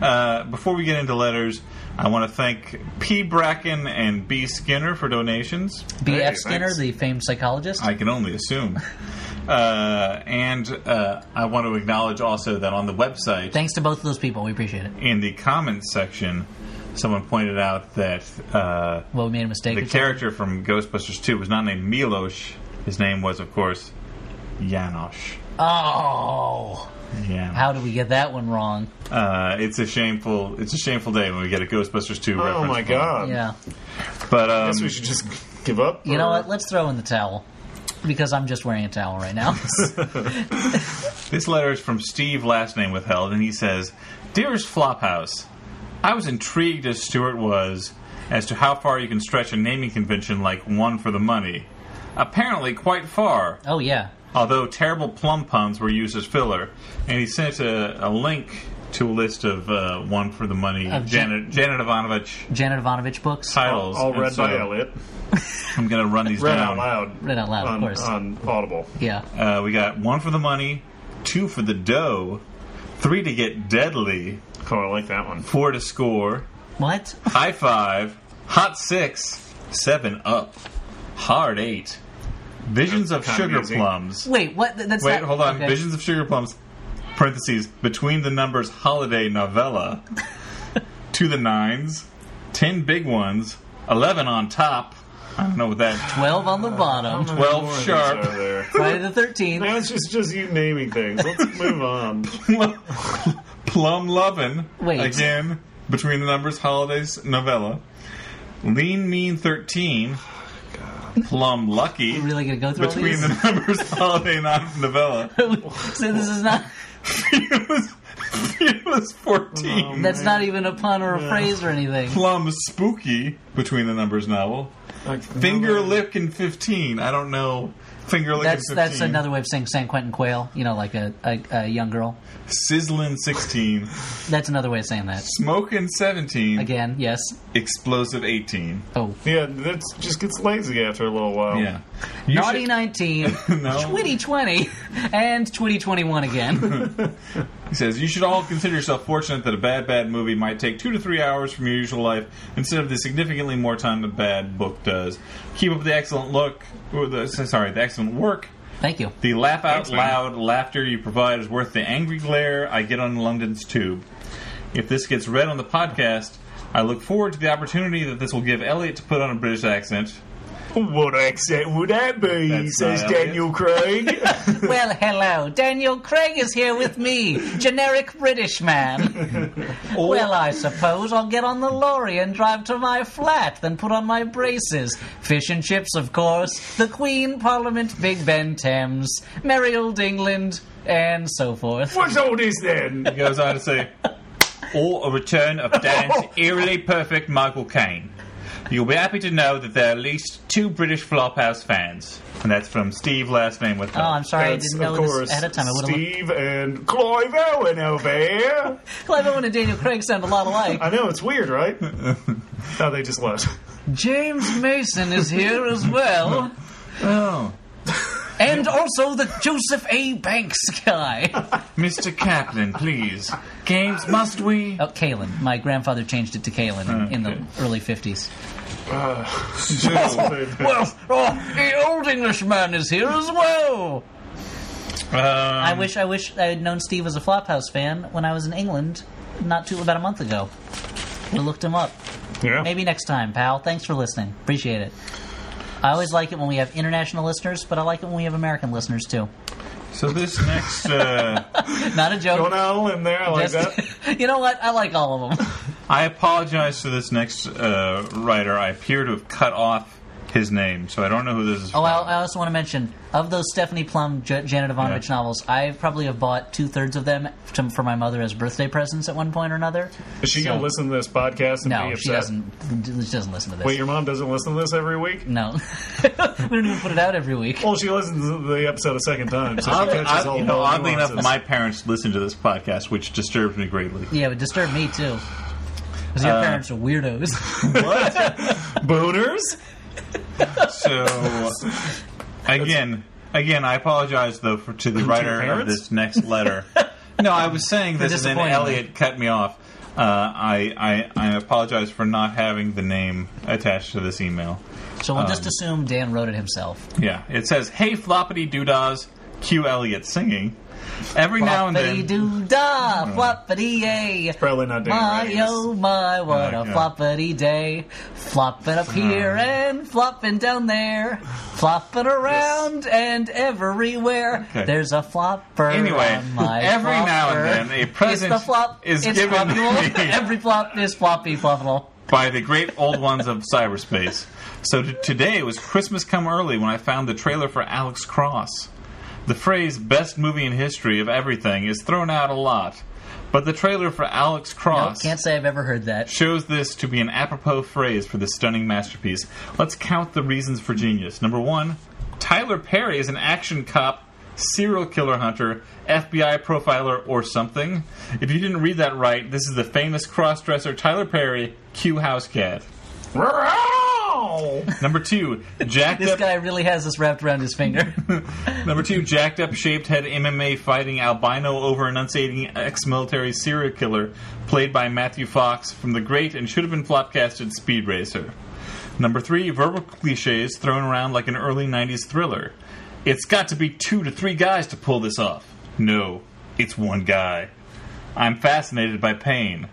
[SPEAKER 1] Uh, before we get into letters, I want to thank P. Bracken and B. Skinner for donations.
[SPEAKER 3] B.F.
[SPEAKER 2] Hey,
[SPEAKER 3] Skinner,
[SPEAKER 2] thanks.
[SPEAKER 3] the famed psychologist.
[SPEAKER 1] I can only assume. Uh, and uh, I want to acknowledge also that on the website,
[SPEAKER 3] Thanks to both of those people, we appreciate it.
[SPEAKER 1] in the comments section, someone pointed out that uh,
[SPEAKER 3] Well, we made a mistake.
[SPEAKER 1] the character from Ghostbusters 2 was not named Milos. His name was, of course, Janosch.
[SPEAKER 3] oh,
[SPEAKER 1] Yeah.
[SPEAKER 3] how did we get that one wrong?
[SPEAKER 1] Uh, it's a shameful. It's a shameful day when we get a Ghostbusters 2 reference.
[SPEAKER 2] Oh my god!
[SPEAKER 3] Yeah,
[SPEAKER 1] But um,
[SPEAKER 2] I guess we should just give up.
[SPEAKER 3] you know what? Let's throw in the towel because I'm just wearing a towel right now.
[SPEAKER 1] This letter is from Steve, last name withheld, and he says, "Dearest Flophouse, I was intrigued as Stewart was as to how far you can stretch a naming convention like one for the money. Apparently, quite far."
[SPEAKER 3] Oh yeah.
[SPEAKER 1] although terrible plum puns were used as filler. And he sent a, a link to a list of uh, one for the money
[SPEAKER 3] Of
[SPEAKER 1] Janet, Janet Ivanovich
[SPEAKER 3] Janet Ivanovich books.
[SPEAKER 1] titles.
[SPEAKER 2] All
[SPEAKER 1] And
[SPEAKER 2] read
[SPEAKER 1] so
[SPEAKER 2] by Elliot.
[SPEAKER 1] I'm going to run these
[SPEAKER 2] Read out
[SPEAKER 1] down.
[SPEAKER 2] loud.
[SPEAKER 3] Read out loud, of
[SPEAKER 2] on,
[SPEAKER 3] course.
[SPEAKER 2] On Audible.
[SPEAKER 3] Yeah.
[SPEAKER 1] Uh, we got one for the money, two for the dough, three to get deadly,
[SPEAKER 2] Oh, I like that one.
[SPEAKER 1] four to score,
[SPEAKER 3] What?
[SPEAKER 1] high five, hot six, seven up, hard eight, visions of
[SPEAKER 2] Kinda
[SPEAKER 1] sugar
[SPEAKER 2] easy.
[SPEAKER 1] plums.
[SPEAKER 3] Wait, what? Th- That's
[SPEAKER 1] Wait,
[SPEAKER 3] not-
[SPEAKER 1] hold on.
[SPEAKER 3] okay.
[SPEAKER 1] Visions of Sugar Plums, parentheses, between the numbers holiday novella, to the nines, ten big ones, eleven on top. I don't know what that.
[SPEAKER 3] Twelve on the bottom.
[SPEAKER 1] Twelve
[SPEAKER 2] More of these
[SPEAKER 1] sharp.
[SPEAKER 2] are there.
[SPEAKER 3] Friday the Thirteenth.
[SPEAKER 2] Now it's just just you naming things. Let's move on.
[SPEAKER 1] Plum lovin'.
[SPEAKER 3] Wait.
[SPEAKER 1] Again, between the numbers holidays novella. Lean mean thirteen. Plum lucky.
[SPEAKER 3] Really gonna go through
[SPEAKER 1] Between
[SPEAKER 3] all these?
[SPEAKER 1] the numbers holiday non- novella.
[SPEAKER 3] so this is not.
[SPEAKER 1] Fearless, fearless
[SPEAKER 3] Oh,
[SPEAKER 1] fourteen.
[SPEAKER 3] That's not even a pun or a phrase or anything.
[SPEAKER 1] plum spooky between the numbers novel. Finger lickin' fifteen. I don't know. Finger lickin'
[SPEAKER 3] That's
[SPEAKER 1] fifteen.
[SPEAKER 3] that's another way of saying San Quentin Quayle. You know, like a, a, a young girl.
[SPEAKER 1] Sizzlin' sixteen.
[SPEAKER 3] That's another way of saying that.
[SPEAKER 1] Smokin' seventeen.
[SPEAKER 3] Again, yes.
[SPEAKER 1] Explosive eighteen.
[SPEAKER 3] Oh,
[SPEAKER 2] Yeah, that just gets lazy after a little while.
[SPEAKER 1] Yeah. You
[SPEAKER 3] naughty nineteen,
[SPEAKER 1] should- no.
[SPEAKER 3] twenty twenty, and twenty twenty one again.
[SPEAKER 1] He says you should all consider yourself fortunate that a bad bad movie might take two to three hours from your usual life instead of the significantly more time a bad book does. Keep up the excellent look. Or the, sorry, the excellent work
[SPEAKER 3] Thank you.
[SPEAKER 1] The laugh out
[SPEAKER 2] Thanks, man.
[SPEAKER 1] loud laughter you provide is worth the angry glare I get on London's tube. If this gets read on the podcast, I look forward to the opportunity that this will give Elliot to put on a British accent.
[SPEAKER 2] What accent would that be?
[SPEAKER 1] That's
[SPEAKER 2] says
[SPEAKER 1] not Elliot.
[SPEAKER 2] Daniel Craig.
[SPEAKER 3] Well, hello. Daniel Craig is here with me, generic British man. well, I suppose I'll get on the lorry and drive to my flat, then put on my braces. Fish and chips, of course, the Queen, Parliament, Big Ben, Thames, merry old England, and so forth.
[SPEAKER 2] What's all this then?
[SPEAKER 1] He goes on to say, or a return of Dan's eerily perfect Michael Caine. You'll be happy to know that there are at least two British Flophouse fans. And that's from Steve, last name with
[SPEAKER 3] Oh, I'm sorry
[SPEAKER 2] That's,
[SPEAKER 3] I
[SPEAKER 2] of
[SPEAKER 3] didn't know
[SPEAKER 2] course,
[SPEAKER 3] this ahead of time. I would have looked.
[SPEAKER 2] Steve and Clive Owen over here.
[SPEAKER 3] Clive Owen and Daniel Craig sound a lot alike.
[SPEAKER 2] I know it's weird, right? no, they just left.
[SPEAKER 3] James Mason is here as well.
[SPEAKER 1] Oh,
[SPEAKER 3] And also the Joseph A. Banks guy.
[SPEAKER 1] Mr. Kaplan, please. Games, must we?
[SPEAKER 3] Oh, Kalen. My grandfather changed it to Kalen in, in
[SPEAKER 1] Okay.
[SPEAKER 3] the early 50s.
[SPEAKER 2] Uh,
[SPEAKER 1] Do.
[SPEAKER 3] Well, oh, the old Englishman is here as well. Oh. I
[SPEAKER 2] Mm.
[SPEAKER 1] Um,
[SPEAKER 3] wish I wish I had known Steve was a Flophouse fan when I was in England not too about a month ago. We looked him up.
[SPEAKER 2] Yeah.
[SPEAKER 3] Maybe next time, pal. Thanks for listening. Appreciate it. I always like it when we have international listeners, but I like it when we have American listeners too.
[SPEAKER 1] so this next. Uh,
[SPEAKER 3] Not a joke.
[SPEAKER 2] Going all in there like that.
[SPEAKER 3] Just- you know what? I like all of them.
[SPEAKER 1] I apologize to this next uh, writer. I appear to have cut off his name, so I don't know who this is.
[SPEAKER 3] Oh, I, I also want to mention of those Stephanie Plum, J- Janet Ivanovich
[SPEAKER 1] Yeah.
[SPEAKER 3] novels. I probably have bought two thirds of them to, for my mother as birthday presents at one point or another.
[SPEAKER 2] Is she gonna
[SPEAKER 3] So-
[SPEAKER 2] listen to this podcast and be
[SPEAKER 3] No,
[SPEAKER 2] upset?
[SPEAKER 3] she doesn't. She doesn't listen to this.
[SPEAKER 2] Wait, your mom doesn't listen to this every week?
[SPEAKER 3] no, we don't even put it out every week.
[SPEAKER 2] Well, she listens to the episode a second time, so she
[SPEAKER 1] Oddly,
[SPEAKER 2] catches
[SPEAKER 1] I-
[SPEAKER 2] all
[SPEAKER 1] you know,
[SPEAKER 2] the
[SPEAKER 1] oddly enough,
[SPEAKER 2] nuances.
[SPEAKER 1] my parents listen to this podcast, which disturbs me greatly.
[SPEAKER 3] Yeah, it disturbed me too. Because
[SPEAKER 1] Uh,
[SPEAKER 3] your parents are weirdos.
[SPEAKER 2] booners.
[SPEAKER 1] So, again, again, I apologize though for, to the writer of
[SPEAKER 2] parents?
[SPEAKER 1] this next letter. no, I was saying this, and then
[SPEAKER 3] disappointing.
[SPEAKER 1] Elliot cut me off. Uh, I, I I apologize for not having the name attached to this email.
[SPEAKER 3] so
[SPEAKER 1] um,
[SPEAKER 3] we'll just assume Dan wrote it himself.
[SPEAKER 1] Yeah, it says, "Hey, floppity doodahs." Cue Elliot singing. Every now and
[SPEAKER 3] Floppity
[SPEAKER 1] then, Uh,
[SPEAKER 3] doo da, floppity yay.
[SPEAKER 2] Probably not Dan
[SPEAKER 3] My
[SPEAKER 2] Reyes.
[SPEAKER 3] oh my, what
[SPEAKER 1] Oh,
[SPEAKER 3] a
[SPEAKER 1] God.
[SPEAKER 3] floppity day. Flopping up here and flopping down there. Flopping around and everywhere.
[SPEAKER 1] Okay.
[SPEAKER 3] There's a flopper.
[SPEAKER 1] anyway,
[SPEAKER 3] on my
[SPEAKER 1] every now
[SPEAKER 3] flopper.
[SPEAKER 1] and then, a
[SPEAKER 3] It's
[SPEAKER 1] present
[SPEAKER 3] the flop.
[SPEAKER 1] is
[SPEAKER 3] it's
[SPEAKER 1] given
[SPEAKER 3] flopule.
[SPEAKER 1] to me
[SPEAKER 3] Every flop is floppy floppable.
[SPEAKER 1] by the great old ones of cyberspace. So t- today was Christmas come early when I found the trailer for Alex Cross. The phrase "best movie in history of everything" is thrown out a lot, but the trailer for Alex
[SPEAKER 3] I
[SPEAKER 1] Cross
[SPEAKER 3] can't say I've ever heard that.
[SPEAKER 1] shows this to be an apropos phrase for this stunning masterpiece. Let's count the reasons for genius. Number one, Tyler Perry is an action cop, serial killer hunter, FBI profiler, or something. If you didn't read that right, this is the famous cross-dresser Tyler Perry, Q Housecat. Number two, jacked
[SPEAKER 3] This
[SPEAKER 1] up.
[SPEAKER 3] guy really has this wrapped around his finger.
[SPEAKER 1] Number two, jacked up, shaved head MMA fighting albino over enunciating ex military serial killer, played by Matthew Fox from the great and should have been flopcasted Speed Racer. Number three, verbal cliches thrown around like an early 90s thriller. It's got to be two to three guys to pull this off. No, it's one guy. I'm fascinated by Payne.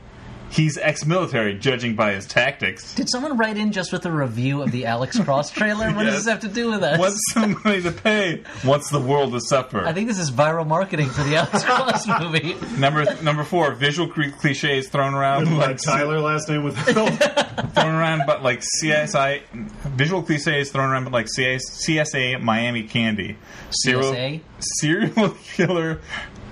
[SPEAKER 1] He's ex military, judging by his tactics.
[SPEAKER 3] Did someone write in just with a review of the Alex Cross trailer? What
[SPEAKER 1] Yes.
[SPEAKER 3] does this have to do with us?
[SPEAKER 1] What's so money to pay? What's the world to suffer?
[SPEAKER 3] I think this is viral marketing for the Alex Cross movie.
[SPEAKER 1] Number number four, visual cre- cliches thrown around
[SPEAKER 2] Uh,
[SPEAKER 1] like
[SPEAKER 2] Tyler last name with Phil.
[SPEAKER 1] thrown around, but like CSI, visual cliches thrown around, but like CS, CSA Miami Candy, serial
[SPEAKER 3] CSA?
[SPEAKER 1] serial killer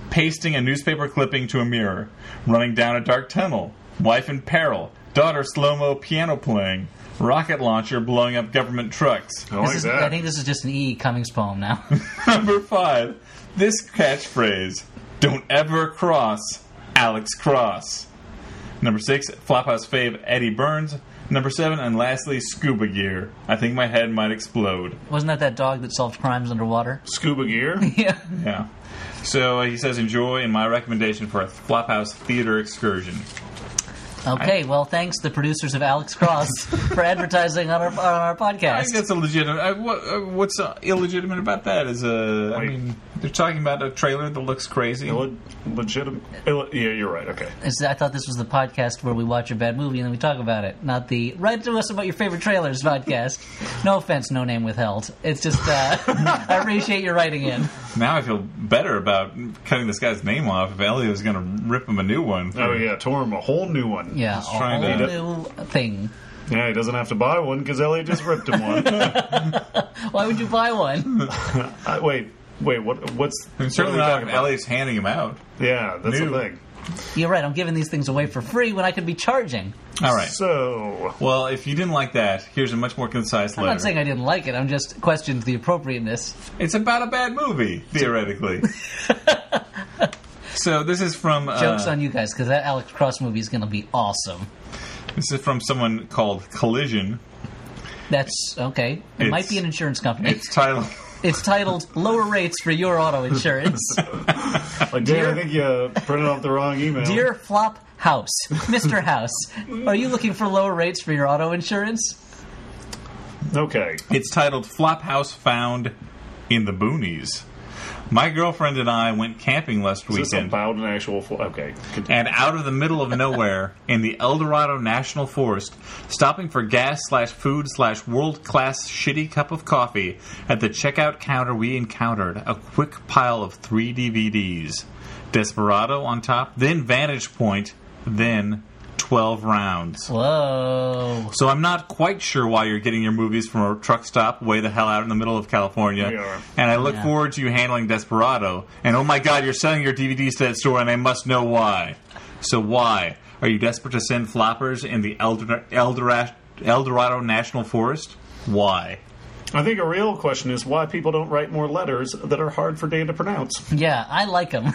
[SPEAKER 1] pasting a newspaper clipping to a mirror, running down a dark tunnel, wife in peril, daughter slow mo piano playing, rocket launcher blowing up government trucks.
[SPEAKER 2] I
[SPEAKER 3] This
[SPEAKER 2] like
[SPEAKER 3] is,
[SPEAKER 2] that.
[SPEAKER 3] I think this is just an E. Cummings poem now.
[SPEAKER 1] Number five, this catchphrase don't ever cross Alex Cross. Number six, Flophouse fave Eddie Burns. Number seven, and lastly, scuba gear. I think my head might explode.
[SPEAKER 3] Wasn't that that dog that solved crimes underwater?
[SPEAKER 2] Scuba gear.
[SPEAKER 3] Yeah.
[SPEAKER 1] Yeah. So uh, he says, enjoy, and my recommendation for a Flophouse theater excursion.
[SPEAKER 3] Okay, well, thanks the producers of Alex Cross for advertising on our on our
[SPEAKER 1] I think
[SPEAKER 3] podcast.
[SPEAKER 1] that's illegitimate. I, what, uh, what's uh, illegitimate about that is, uh, I
[SPEAKER 2] Wait.
[SPEAKER 1] mean, they're talking about a trailer that looks crazy.
[SPEAKER 2] Ille- legitimate. Ille- yeah, you're right. Okay.
[SPEAKER 3] It's- I thought this was the podcast where we watch a bad movie and then we talk about it, not the write to us about your favorite trailers podcast. No offense, no name withheld. It's just uh, I appreciate your writing in.
[SPEAKER 1] Now I feel better about cutting this guy's name off if Elliot was going to rip him a new one.
[SPEAKER 2] Oh yeah, tore him a whole new one.
[SPEAKER 3] Yeah, a
[SPEAKER 1] trying
[SPEAKER 3] whole
[SPEAKER 1] to-
[SPEAKER 3] new thing.
[SPEAKER 2] Yeah, he doesn't have to buy one because Elliot just ripped him one.
[SPEAKER 3] Why would you buy one?
[SPEAKER 2] Uh, wait, wait. What? What's?
[SPEAKER 1] I'm certainly
[SPEAKER 2] what are
[SPEAKER 1] not if
[SPEAKER 2] we talking about?
[SPEAKER 1] Elliot's handing him out.
[SPEAKER 2] Yeah, that's
[SPEAKER 1] New.
[SPEAKER 2] the thing.
[SPEAKER 3] You're right. I'm giving these things away for free when I could be charging.
[SPEAKER 1] All right.
[SPEAKER 2] So
[SPEAKER 1] well, if you didn't like that, here's a much more concise
[SPEAKER 3] I'm not
[SPEAKER 1] letter.
[SPEAKER 3] saying I didn't like it. I'm just questioned the appropriateness.
[SPEAKER 1] it's about a bad movie, theoretically. so this is from uh,
[SPEAKER 3] Jokes on you guys because that Alex Cross movie is going to be awesome.
[SPEAKER 1] this is from someone called Collision.
[SPEAKER 3] That's okay. It
[SPEAKER 1] It's-
[SPEAKER 3] might be an insurance company.
[SPEAKER 1] It's titled.
[SPEAKER 3] It's titled Lower Rates for Your Auto Insurance.
[SPEAKER 2] Like, Dan,
[SPEAKER 3] Dear-
[SPEAKER 2] I think you printed off the wrong email.
[SPEAKER 3] Dear Flop House, Mr. House, are you looking for lower rates for your auto insurance?
[SPEAKER 2] Okay.
[SPEAKER 1] It's titled Flophouse Found in the Boonies. My girlfriend and I went camping last
[SPEAKER 2] Is this
[SPEAKER 1] weekend.
[SPEAKER 2] about an actual fl- okay? Continue.
[SPEAKER 1] and out of the middle of nowhere in the El Dorado National Forest, stopping for gas slash food slash world class shitty cup of coffee at the checkout counter, we encountered a quick pile of three DVDs Desperado on top, then Vantage Point, then 12 rounds.
[SPEAKER 3] Whoa.
[SPEAKER 1] So I'm not quite sure why you're getting your movies from a truck stop way the hell out in the middle of California.
[SPEAKER 2] We are.
[SPEAKER 1] And I look
[SPEAKER 3] Yeah.
[SPEAKER 1] forward to you handling Desperado. And oh my God, you're selling your DVDs to that store, and I must know why. So why are you desperate to send floppers in the El Dor- El Dora- El Dorado National Forest? Why?
[SPEAKER 2] I think a real question is why people don't write more letters that are hard for Dan to pronounce.
[SPEAKER 1] Mm-hmm.
[SPEAKER 3] Yeah, I like him.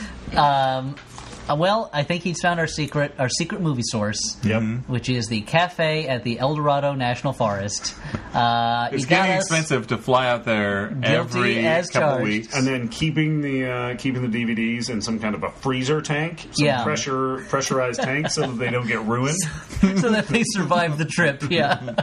[SPEAKER 3] um, uh, well, I think he's found our secret, our secret movie source.
[SPEAKER 2] Yep.
[SPEAKER 3] Which is the cafe at the El Dorado National Forest. Uh,
[SPEAKER 1] It's
[SPEAKER 3] you got
[SPEAKER 1] getting
[SPEAKER 3] us-
[SPEAKER 1] expensive to fly out there every
[SPEAKER 3] as
[SPEAKER 1] couple
[SPEAKER 3] charged.
[SPEAKER 1] weeks.
[SPEAKER 2] And then keeping the uh, keeping the DVDs in some kind of a freezer tank, some
[SPEAKER 3] Yeah.
[SPEAKER 2] pressure pressurized tank, so that they don't get ruined.
[SPEAKER 3] so that they survive the trip. Yeah,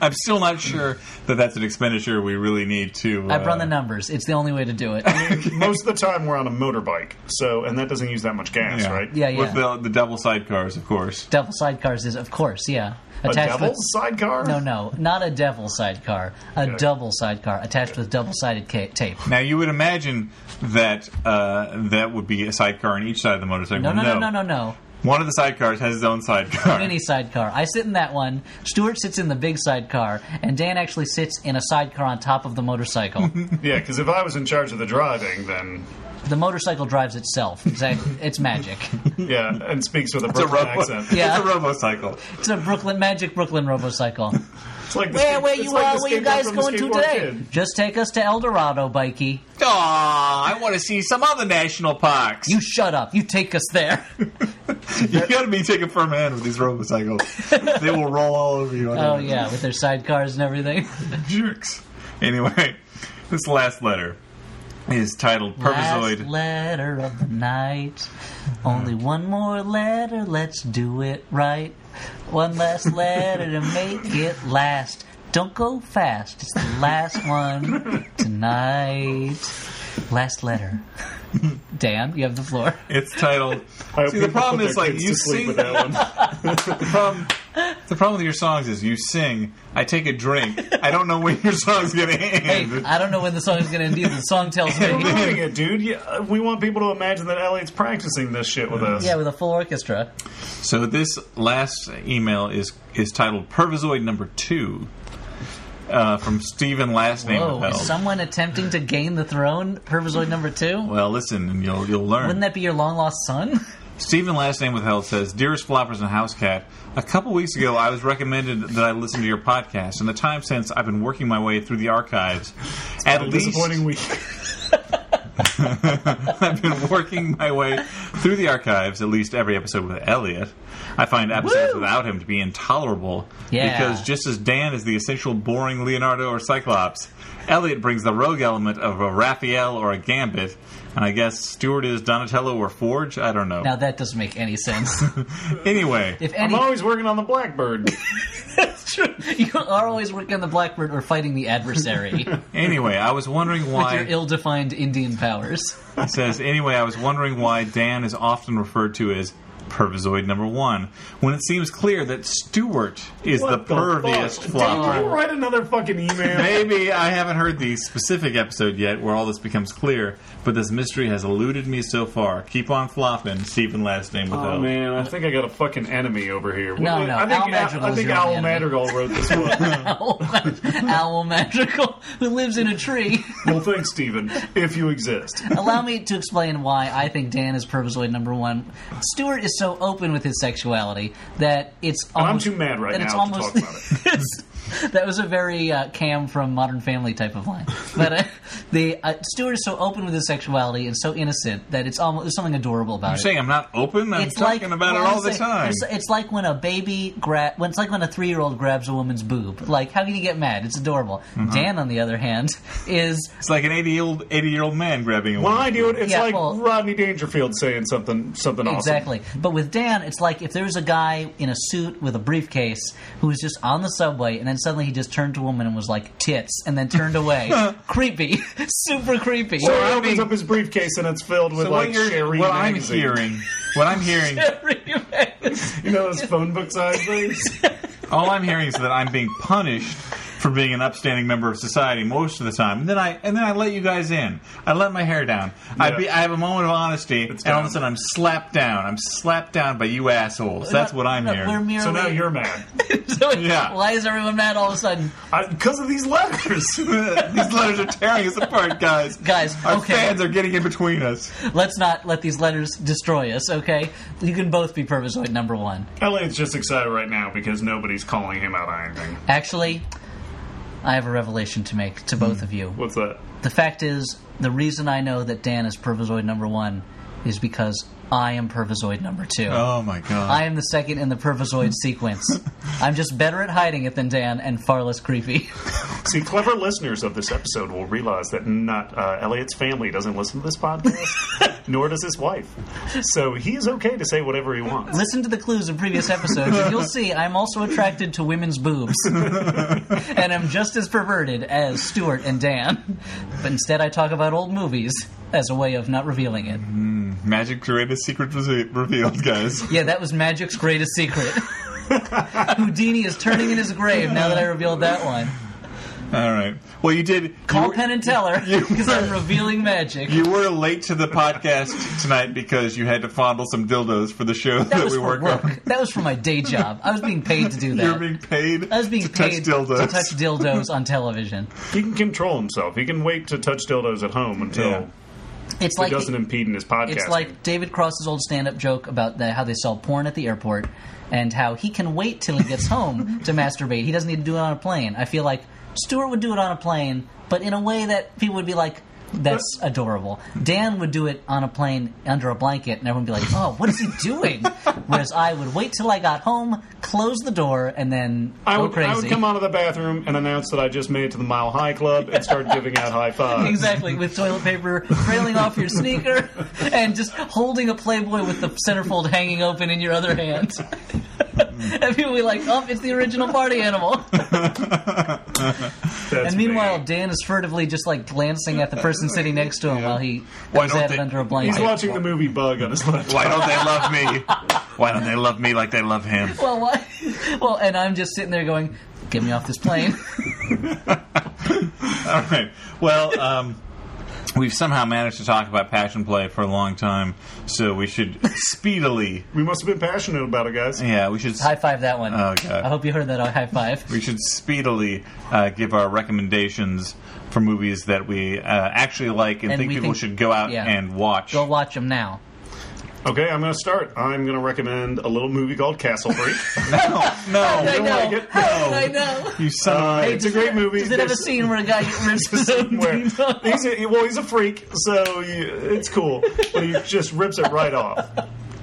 [SPEAKER 1] I'm still not sure that that's an expenditure we really need to.
[SPEAKER 3] I've run
[SPEAKER 1] uh,
[SPEAKER 3] the numbers. It's the only way to do it.
[SPEAKER 2] Most of the time, we're on a motorbike, so and that doesn't use that much gas,
[SPEAKER 1] yeah.
[SPEAKER 2] right?
[SPEAKER 3] Yeah, yeah.
[SPEAKER 1] With the, the double sidecars, of course.
[SPEAKER 3] Devil sidecars is, of course, yeah.
[SPEAKER 2] A
[SPEAKER 3] Attached
[SPEAKER 2] devil
[SPEAKER 3] with
[SPEAKER 2] sidecar?
[SPEAKER 3] no, no, not a devil sidecar, a double sidecar attached with double-sided ca- tape.
[SPEAKER 1] Now you would imagine that uh, that would be a sidecar on each side of the motorcycle.
[SPEAKER 3] No, no, no, no, no, no.
[SPEAKER 1] One of the sidecars has his own sidecar.
[SPEAKER 3] mini sidecar. I sit in that one. Stuart sits in the big sidecar, and Dan actually sits in a sidecar on top of the motorcycle.
[SPEAKER 2] Yeah, because if I was in charge of the driving, then
[SPEAKER 3] the motorcycle drives itself. It's, like- it's magic.
[SPEAKER 2] yeah, and speaks with a
[SPEAKER 1] It's a
[SPEAKER 2] Brooklyn
[SPEAKER 1] robo.
[SPEAKER 2] accent.
[SPEAKER 3] Yeah.
[SPEAKER 1] It's a robocycle.
[SPEAKER 3] It's a Brooklyn magic Brooklyn RoboCycle.
[SPEAKER 2] It's like the
[SPEAKER 3] Where
[SPEAKER 2] skate-
[SPEAKER 3] where
[SPEAKER 2] it's
[SPEAKER 3] you
[SPEAKER 2] like
[SPEAKER 3] uh,
[SPEAKER 2] the
[SPEAKER 3] where you
[SPEAKER 2] skateboard
[SPEAKER 3] guys
[SPEAKER 2] from the
[SPEAKER 3] going to
[SPEAKER 2] Skateboard
[SPEAKER 3] today?
[SPEAKER 2] Kid.
[SPEAKER 3] Just take us to El Dorado, bikey.
[SPEAKER 1] Aw, I want to see some other national parks.
[SPEAKER 3] You shut up. You take us there.
[SPEAKER 1] You gotta be taken for a man with these robocycles. they will roll all over you.
[SPEAKER 3] Oh yeah, with their sidecars and everything.
[SPEAKER 1] Jerks. Anyway, this last letter is titled Purpozoid.
[SPEAKER 3] Last letter of the night. Only one more letter. Let's do it right. One last letter to make it last. Don't go fast. It's the last one tonight. Last letter. Dan, you have the floor.
[SPEAKER 1] it's titled.
[SPEAKER 2] I hope
[SPEAKER 1] See, the
[SPEAKER 2] people
[SPEAKER 1] problem
[SPEAKER 2] put
[SPEAKER 1] is
[SPEAKER 2] their
[SPEAKER 1] like
[SPEAKER 2] kids
[SPEAKER 1] you
[SPEAKER 2] to sleep
[SPEAKER 1] sing
[SPEAKER 2] with that one.
[SPEAKER 1] The problem, the problem with your songs is you sing, I take a drink, I don't know when your song's gonna
[SPEAKER 3] Hey,
[SPEAKER 1] end.
[SPEAKER 3] I don't know when the song is going to end either. The song tells me.
[SPEAKER 2] You're doing it, dude. Yeah, uh, we want people to imagine that Elliot's practicing this shit with us.
[SPEAKER 3] Yeah, with a full orchestra.
[SPEAKER 1] So this last email is is titled Pervisoid Number Two, uh, from Stephen Last Name
[SPEAKER 3] Whoa,
[SPEAKER 1] Withheld.
[SPEAKER 3] is Oh, someone attempting to gain the throne? Pervisoid number two?
[SPEAKER 1] Well, listen, and you'll you'll learn.
[SPEAKER 3] Wouldn't that be your long lost son?
[SPEAKER 1] Stephen Last Name Withheld says, Dearest Floppers and Housecat, a couple weeks ago I was recommended that I listen to your podcast. In the time since, I've been working my way through the archives. At
[SPEAKER 2] A
[SPEAKER 1] least
[SPEAKER 2] disappointing week.
[SPEAKER 1] I've been working my way through the archives, at least every episode with Elliot. I find episodes
[SPEAKER 3] Woo!
[SPEAKER 1] without him to be intolerable
[SPEAKER 3] Yeah.
[SPEAKER 1] because just as Dan is the essential boring Leonardo or Cyclops, Elliot brings the rogue element of a Raphael or a Gambit, and I guess Stewart is Donatello or Forge? I don't know.
[SPEAKER 3] Now that doesn't make any sense.
[SPEAKER 1] anyway.
[SPEAKER 3] If
[SPEAKER 2] I'm
[SPEAKER 3] any,
[SPEAKER 2] always working on the Blackbird.
[SPEAKER 3] you are always working on the Blackbird or fighting the adversary with
[SPEAKER 1] Anyway, I was wondering why.
[SPEAKER 3] your ill-defined Indian powers.
[SPEAKER 1] It says, anyway, I was wondering why Dan is often referred to as Pervisoid number one, when it seems clear that Stewart is
[SPEAKER 2] What
[SPEAKER 1] the,
[SPEAKER 2] the
[SPEAKER 1] perviest
[SPEAKER 2] fuck?
[SPEAKER 1] flopper.
[SPEAKER 2] Did you write another fucking email?
[SPEAKER 1] Maybe I haven't heard the specific episode yet where all this becomes clear, but this mystery has eluded me so far. Keep on flopping, Stephen last name with
[SPEAKER 2] Oh
[SPEAKER 1] L.
[SPEAKER 2] man, I think I got a fucking enemy over here.
[SPEAKER 3] No,
[SPEAKER 2] Wait,
[SPEAKER 3] no,
[SPEAKER 2] I think
[SPEAKER 3] Al Madrigal
[SPEAKER 2] I
[SPEAKER 3] is
[SPEAKER 2] think
[SPEAKER 3] your
[SPEAKER 2] Al
[SPEAKER 3] only enemy.
[SPEAKER 2] Madrigal wrote this one.
[SPEAKER 3] Owl, owl magical who lives in a tree.
[SPEAKER 2] well, thanks, Steven, if you exist.
[SPEAKER 3] Allow me to explain why I think Dan is Pervisoid number one. Stewart is so open with his sexuality that it's
[SPEAKER 2] I'm
[SPEAKER 3] almost,
[SPEAKER 2] too mad right
[SPEAKER 3] that it's
[SPEAKER 2] now to
[SPEAKER 3] almost,
[SPEAKER 2] talk about
[SPEAKER 3] it. that was a very uh, Cam from Modern Family type of line. But uh, the uh, Stewart is so open with his sexuality and so innocent that it's almost there's something adorable about
[SPEAKER 1] I'm
[SPEAKER 3] it.
[SPEAKER 1] saying I'm not open. I'm
[SPEAKER 3] it's
[SPEAKER 1] talking
[SPEAKER 3] like
[SPEAKER 1] about it
[SPEAKER 3] well,
[SPEAKER 1] all
[SPEAKER 3] I'm
[SPEAKER 1] the
[SPEAKER 3] saying-
[SPEAKER 1] time.
[SPEAKER 3] It's, it's like when a baby grab. When it's like when a three-year-old grabs a woman's boob. Like, how can you get mad? It's adorable.
[SPEAKER 1] Mm-hmm.
[SPEAKER 3] Dan, on the other hand, is
[SPEAKER 1] It's like an 80 year old 80 year old man grabbing a
[SPEAKER 2] When
[SPEAKER 1] woman.
[SPEAKER 2] I do it, it's
[SPEAKER 3] Yeah,
[SPEAKER 2] like
[SPEAKER 3] well-
[SPEAKER 2] Rodney Dangerfield saying something something
[SPEAKER 3] Exactly. But with Dan, it's like if there's a guy in a suit with a briefcase who was just on the subway and then suddenly he just turned to a woman and was like, tits, and then turned away. creepy. Super creepy.
[SPEAKER 2] awesome. So he
[SPEAKER 1] I'm
[SPEAKER 2] opens
[SPEAKER 1] being-
[SPEAKER 2] up his briefcase and it's filled with
[SPEAKER 1] So
[SPEAKER 2] like
[SPEAKER 1] what, you're,
[SPEAKER 2] Sherry
[SPEAKER 1] what I'm
[SPEAKER 2] magazine.
[SPEAKER 1] hearing, what I'm hearing,
[SPEAKER 2] You know those phone book size things?
[SPEAKER 1] all I'm hearing is that I'm being punished for being an upstanding member of society most of the time. And then I and then I let you guys in. I let my hair down. I
[SPEAKER 2] Yeah.
[SPEAKER 1] be, I have a moment of honesty, and all of a
[SPEAKER 2] down.
[SPEAKER 1] sudden I'm slapped down. I'm slapped down by you assholes. That's what I'm
[SPEAKER 3] No,
[SPEAKER 1] hearing.
[SPEAKER 3] We're merely,
[SPEAKER 2] so now you're mad
[SPEAKER 3] so it's-
[SPEAKER 1] Yeah.
[SPEAKER 3] Why is everyone mad all of a sudden?
[SPEAKER 2] because of these letters.
[SPEAKER 1] These letters are tearing us apart, guys.
[SPEAKER 3] Guys,
[SPEAKER 1] Our
[SPEAKER 3] okay.
[SPEAKER 1] fans are getting in between us.
[SPEAKER 3] Let's not let these letters destroy us, okay? You can both be Pervisoid number one.
[SPEAKER 2] Elliot's just excited right now because nobody's calling him out on anything.
[SPEAKER 3] Actually, I have a revelation to make to
[SPEAKER 1] Hmm.
[SPEAKER 3] both of you.
[SPEAKER 2] What's that?
[SPEAKER 3] The fact is, the reason I know that Dan is Pervisoid number one is because I am Pervisoid number two.
[SPEAKER 1] Oh my god.
[SPEAKER 3] I am the second in the Pervisoid sequence. I'm just better at hiding it than Dan and far less creepy.
[SPEAKER 2] See, clever listeners of this episode will realize that not uh, Elliot's family doesn't listen to this podcast, nor does his wife. So he is okay to say whatever he wants.
[SPEAKER 3] Listen to the clues in previous episodes, and you'll see I'm also attracted to women's boobs. and I'm just as perverted as Stuart and Dan. But instead, I talk about old movies as a way of not revealing it.
[SPEAKER 1] Magic greatest secret was revealed, guys.
[SPEAKER 3] Yeah, that was magic's greatest secret. Houdini is turning in his grave now that I revealed that one.
[SPEAKER 1] All right. Well, you did.
[SPEAKER 3] Call
[SPEAKER 1] you,
[SPEAKER 3] Penn and Teller because I'm revealing magic.
[SPEAKER 1] you were late to the podcast tonight because you had to fondle some dildos for the show that,
[SPEAKER 3] that was
[SPEAKER 1] we
[SPEAKER 3] for
[SPEAKER 1] work
[SPEAKER 3] work.
[SPEAKER 1] on.
[SPEAKER 3] That was for my day job. I was being paid to do that.
[SPEAKER 1] You were being paid.
[SPEAKER 3] I was being
[SPEAKER 1] to
[SPEAKER 3] paid
[SPEAKER 1] touch dildos.
[SPEAKER 3] to touch dildos on television.
[SPEAKER 2] He can control himself. He can wait to touch dildos at home until
[SPEAKER 1] Yeah.
[SPEAKER 3] It's
[SPEAKER 2] he
[SPEAKER 3] like
[SPEAKER 2] doesn't impede in his podcast.
[SPEAKER 3] it's like David Cross's old stand-up joke about the, how they sell porn at the airport and how he can wait till he gets home to masturbate. He doesn't need to do it on a plane. I feel like Stuart would do it on a plane, but in a way that people would be like. That's adorable. Dan would do it on a plane under a blanket, and everyone would be like, "Oh, what is he doing?" Whereas I would wait till I got home, close the door, and then
[SPEAKER 2] I
[SPEAKER 3] go
[SPEAKER 2] would,
[SPEAKER 3] crazy.
[SPEAKER 2] I would come out of the bathroom and announce that I just made it to the Mile High Club and start giving out high fives.
[SPEAKER 3] Exactly, with toilet paper trailing off your sneaker and just holding a Playboy with the centerfold hanging open in your other hand. and people will be like, oh, it's the original party animal.
[SPEAKER 2] That's
[SPEAKER 3] and meanwhile,
[SPEAKER 2] me.
[SPEAKER 3] Dan is furtively just like glancing at the person sitting next to him while he
[SPEAKER 1] Why
[SPEAKER 3] comes
[SPEAKER 1] don't
[SPEAKER 3] at it
[SPEAKER 1] they-
[SPEAKER 3] under a
[SPEAKER 2] he's
[SPEAKER 3] blanket.
[SPEAKER 2] watching the movie Bug on his laptop.
[SPEAKER 1] Why don't they love me? Why don't they love me like they love him?
[SPEAKER 3] well, what? well, and I'm just sitting there going, get me off this plane.
[SPEAKER 1] All right. Well, um, we've somehow managed to talk about passion play for a long time, so we should speedily.
[SPEAKER 2] We must have been passionate about it, guys.
[SPEAKER 1] Yeah, we should.
[SPEAKER 3] high five that one.
[SPEAKER 1] Oh, God.
[SPEAKER 3] I hope you heard that high five.
[SPEAKER 1] We should speedily uh, give our recommendations for movies that we uh, actually like and,
[SPEAKER 3] And
[SPEAKER 1] think
[SPEAKER 3] we
[SPEAKER 1] people
[SPEAKER 3] think-
[SPEAKER 1] should go out
[SPEAKER 3] yeah.
[SPEAKER 1] and watch.
[SPEAKER 3] Go watch them now.
[SPEAKER 2] Okay, I'm going to start. I'm going to recommend a little movie called Castle Freak.
[SPEAKER 1] No, no,
[SPEAKER 2] don't like it.
[SPEAKER 3] How did I know?
[SPEAKER 1] you son of a-
[SPEAKER 2] Uh, it's a
[SPEAKER 3] does
[SPEAKER 2] great
[SPEAKER 3] it-
[SPEAKER 2] movie.
[SPEAKER 3] Does it have a
[SPEAKER 2] There's-
[SPEAKER 3] scene where a guy gets rips his own
[SPEAKER 2] where
[SPEAKER 3] ding-dong?
[SPEAKER 2] he's a, well, he's a freak, so you, it's cool. But he just rips it right off.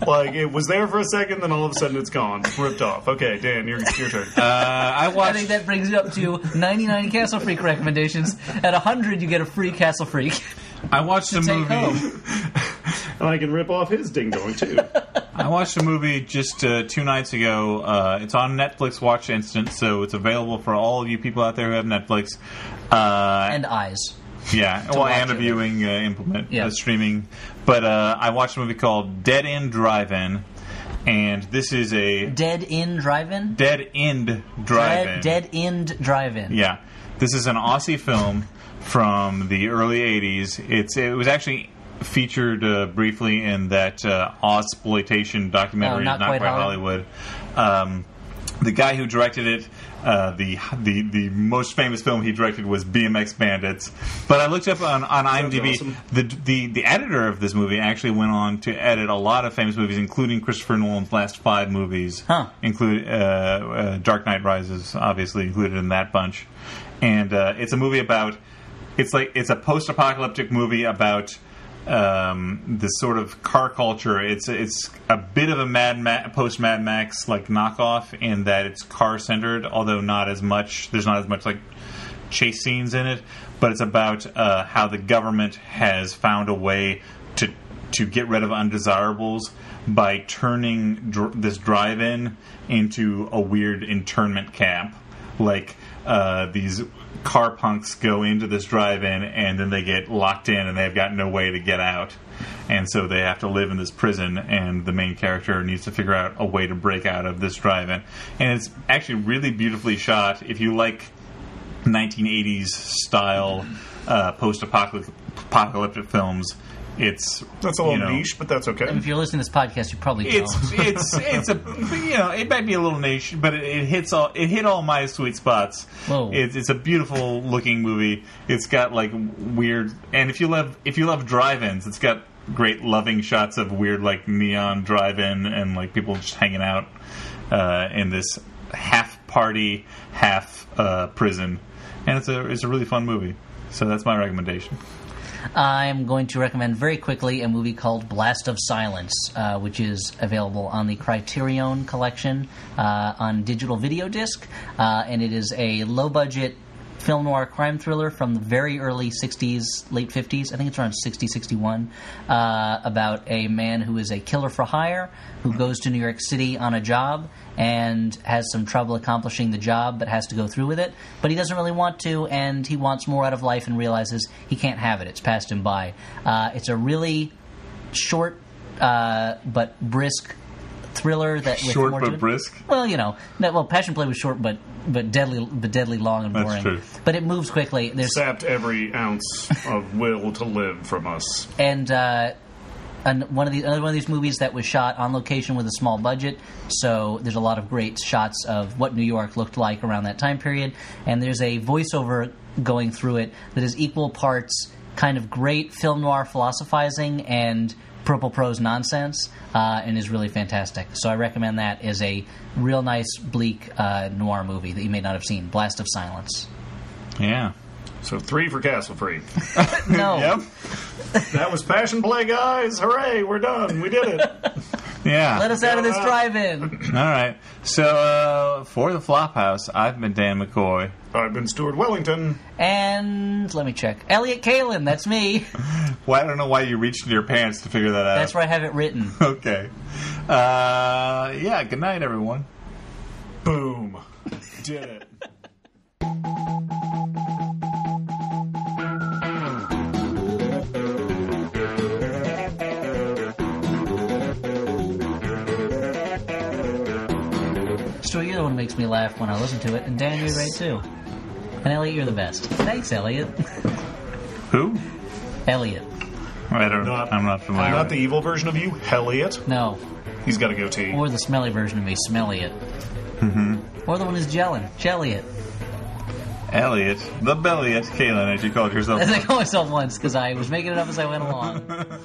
[SPEAKER 2] Like it was there for a second, then all of a sudden it's gone, ripped off. Okay, Dan, your your turn.
[SPEAKER 1] Uh, I
[SPEAKER 3] I
[SPEAKER 1] watched.
[SPEAKER 3] think that brings you up to 99 Castle Freak recommendations. At 100, you get a free Castle Freak.
[SPEAKER 1] I watched a
[SPEAKER 3] take
[SPEAKER 1] movie.
[SPEAKER 3] home.
[SPEAKER 2] and I can rip off his ding dong too.
[SPEAKER 1] I watched a movie just uh, two nights ago. Uh, it's on Netflix Watch Instant, so it's available for all of you people out there who have Netflix. Uh,
[SPEAKER 3] And eyes.
[SPEAKER 1] Yeah, well,
[SPEAKER 3] watch
[SPEAKER 1] and a
[SPEAKER 3] it.
[SPEAKER 1] viewing uh, implement
[SPEAKER 3] Yeah.
[SPEAKER 1] uh, streaming. But uh, I watched a movie called Dead End Drive-In, and this is a
[SPEAKER 3] Dead End Drive-In?
[SPEAKER 1] Dead End Drive-In.
[SPEAKER 3] Dead, dead End Drive-In.
[SPEAKER 1] Yeah, this is an Aussie film from the early '80s. It's it was actually featured uh, briefly in that uh, exploitation documentary,
[SPEAKER 3] Oh, Not Quite
[SPEAKER 1] Hollywood.
[SPEAKER 3] Hollywood.
[SPEAKER 1] Um, the guy who directed it, uh, the the the most famous film he directed was BMX Bandits. But I looked up on, on IMDb.
[SPEAKER 2] awesome.
[SPEAKER 1] The, the the editor of this movie actually went on to edit a lot of famous movies, including Christopher Nolan's last five movies,
[SPEAKER 3] Huh.
[SPEAKER 1] include uh, uh, Dark Knight Rises, obviously included in that bunch. And uh, it's a movie about it's like it's a post-apocalyptic movie about um, this sort of car culture. It's it's a bit of a Mad Ma- post Mad Max like knockoff in that it's car centered, although not as much. There's not as much like chase scenes in it, but it's about uh, how the government has found a way to to get rid of undesirables by turning dr- this drive-in into a weird internment camp. Like uh, these car punks go into this drive-in and then they get locked in and they've got no way to get out, and so they have to live in this prison. And the main character needs to figure out a way to break out of this drive-in. And it's actually really beautifully shot. If you like 1980s style uh, post-apocalyptic films. It's
[SPEAKER 2] That's a little
[SPEAKER 1] you know,
[SPEAKER 2] niche, but that's okay.
[SPEAKER 3] If you're listening to this podcast, you probably don't.
[SPEAKER 1] It's it's it's a you know it might be a little niche, but it, it hits all it hit all my sweet spots.
[SPEAKER 3] Whoa.
[SPEAKER 1] It's it's a beautiful looking movie. It's got like weird and if you love if you love drive-ins, it's got great loving shots of weird like neon drive-in and like people just hanging out uh, in this half party half uh, prison, and it's a it's a really fun movie. So that's my recommendation.
[SPEAKER 3] I'm going to recommend very quickly a movie called Blast of Silence, uh, which is available on the Criterion Collection uh, on digital video disc, uh, and it is a low budget. Film noir crime thriller from the very early 60s, late 50s, I think it's around 60, 61, uh, about a man who is a killer for hire who goes to New York City on a job and has some trouble accomplishing the job but has to go through with it. But he doesn't really want to, and he wants more out of life and realizes he can't have it. It's passed him by. Uh, it's a really short uh, but brisk thriller that with
[SPEAKER 1] Short
[SPEAKER 3] more
[SPEAKER 1] but
[SPEAKER 3] to it.
[SPEAKER 1] brisk?
[SPEAKER 3] Well, you know, no, well, Passion Play was short but but deadly, but deadly long and
[SPEAKER 1] That's
[SPEAKER 3] boring.
[SPEAKER 1] true.
[SPEAKER 3] But it moves quickly. There's
[SPEAKER 2] sapped every ounce of will to live from us.
[SPEAKER 3] and uh, and one of the another one of these movies that was shot on location with a small budget. So there's a lot of great shots of what New York looked like around that time period, and there's a voiceover going through it that is equal parts kind of great film noir philosophizing and purple prose nonsense, uh, and is really fantastic. So I recommend that as a real nice bleak uh, noir movie that you may not have seen, Blast of Silence.
[SPEAKER 1] Yeah.
[SPEAKER 2] So three for Castle Free.
[SPEAKER 3] No,
[SPEAKER 1] Yep.
[SPEAKER 2] That was Passion Play, guys. Hooray, we're done. We did it.
[SPEAKER 1] Yeah.
[SPEAKER 3] let us out of this
[SPEAKER 2] Yeah.
[SPEAKER 3] drive-in.
[SPEAKER 1] All right. So uh, for the Flophouse, I've been Dan McCoy.
[SPEAKER 2] I've been Stuart Wellington.
[SPEAKER 3] And let me check. Elliot Kalin, that's me.
[SPEAKER 1] Well, I don't know why you reached into your pants to figure that out.
[SPEAKER 3] That's where I have it written.
[SPEAKER 1] Okay. Uh, yeah. Good night, everyone.
[SPEAKER 2] Boom. Did it.
[SPEAKER 3] Stuart, you're the one who makes me laugh when I listen to it, and Dan, you're great too. And Elliot, you're the best. Thanks, Elliot.
[SPEAKER 1] Who?
[SPEAKER 3] Elliot.
[SPEAKER 1] I don't.
[SPEAKER 2] Not-
[SPEAKER 1] I'm not familiar.
[SPEAKER 2] Not
[SPEAKER 1] with
[SPEAKER 2] the evil version of you, Elliot.
[SPEAKER 3] No.
[SPEAKER 2] He's got a goatee.
[SPEAKER 3] Or the smelly version of me, Smelly It. Mm-hmm. Or the one who's gelling. Jelly It.
[SPEAKER 1] Elliot, the Belliot, Kalen, as you called yourself.
[SPEAKER 3] As I call myself once, because I was making it up as I went along.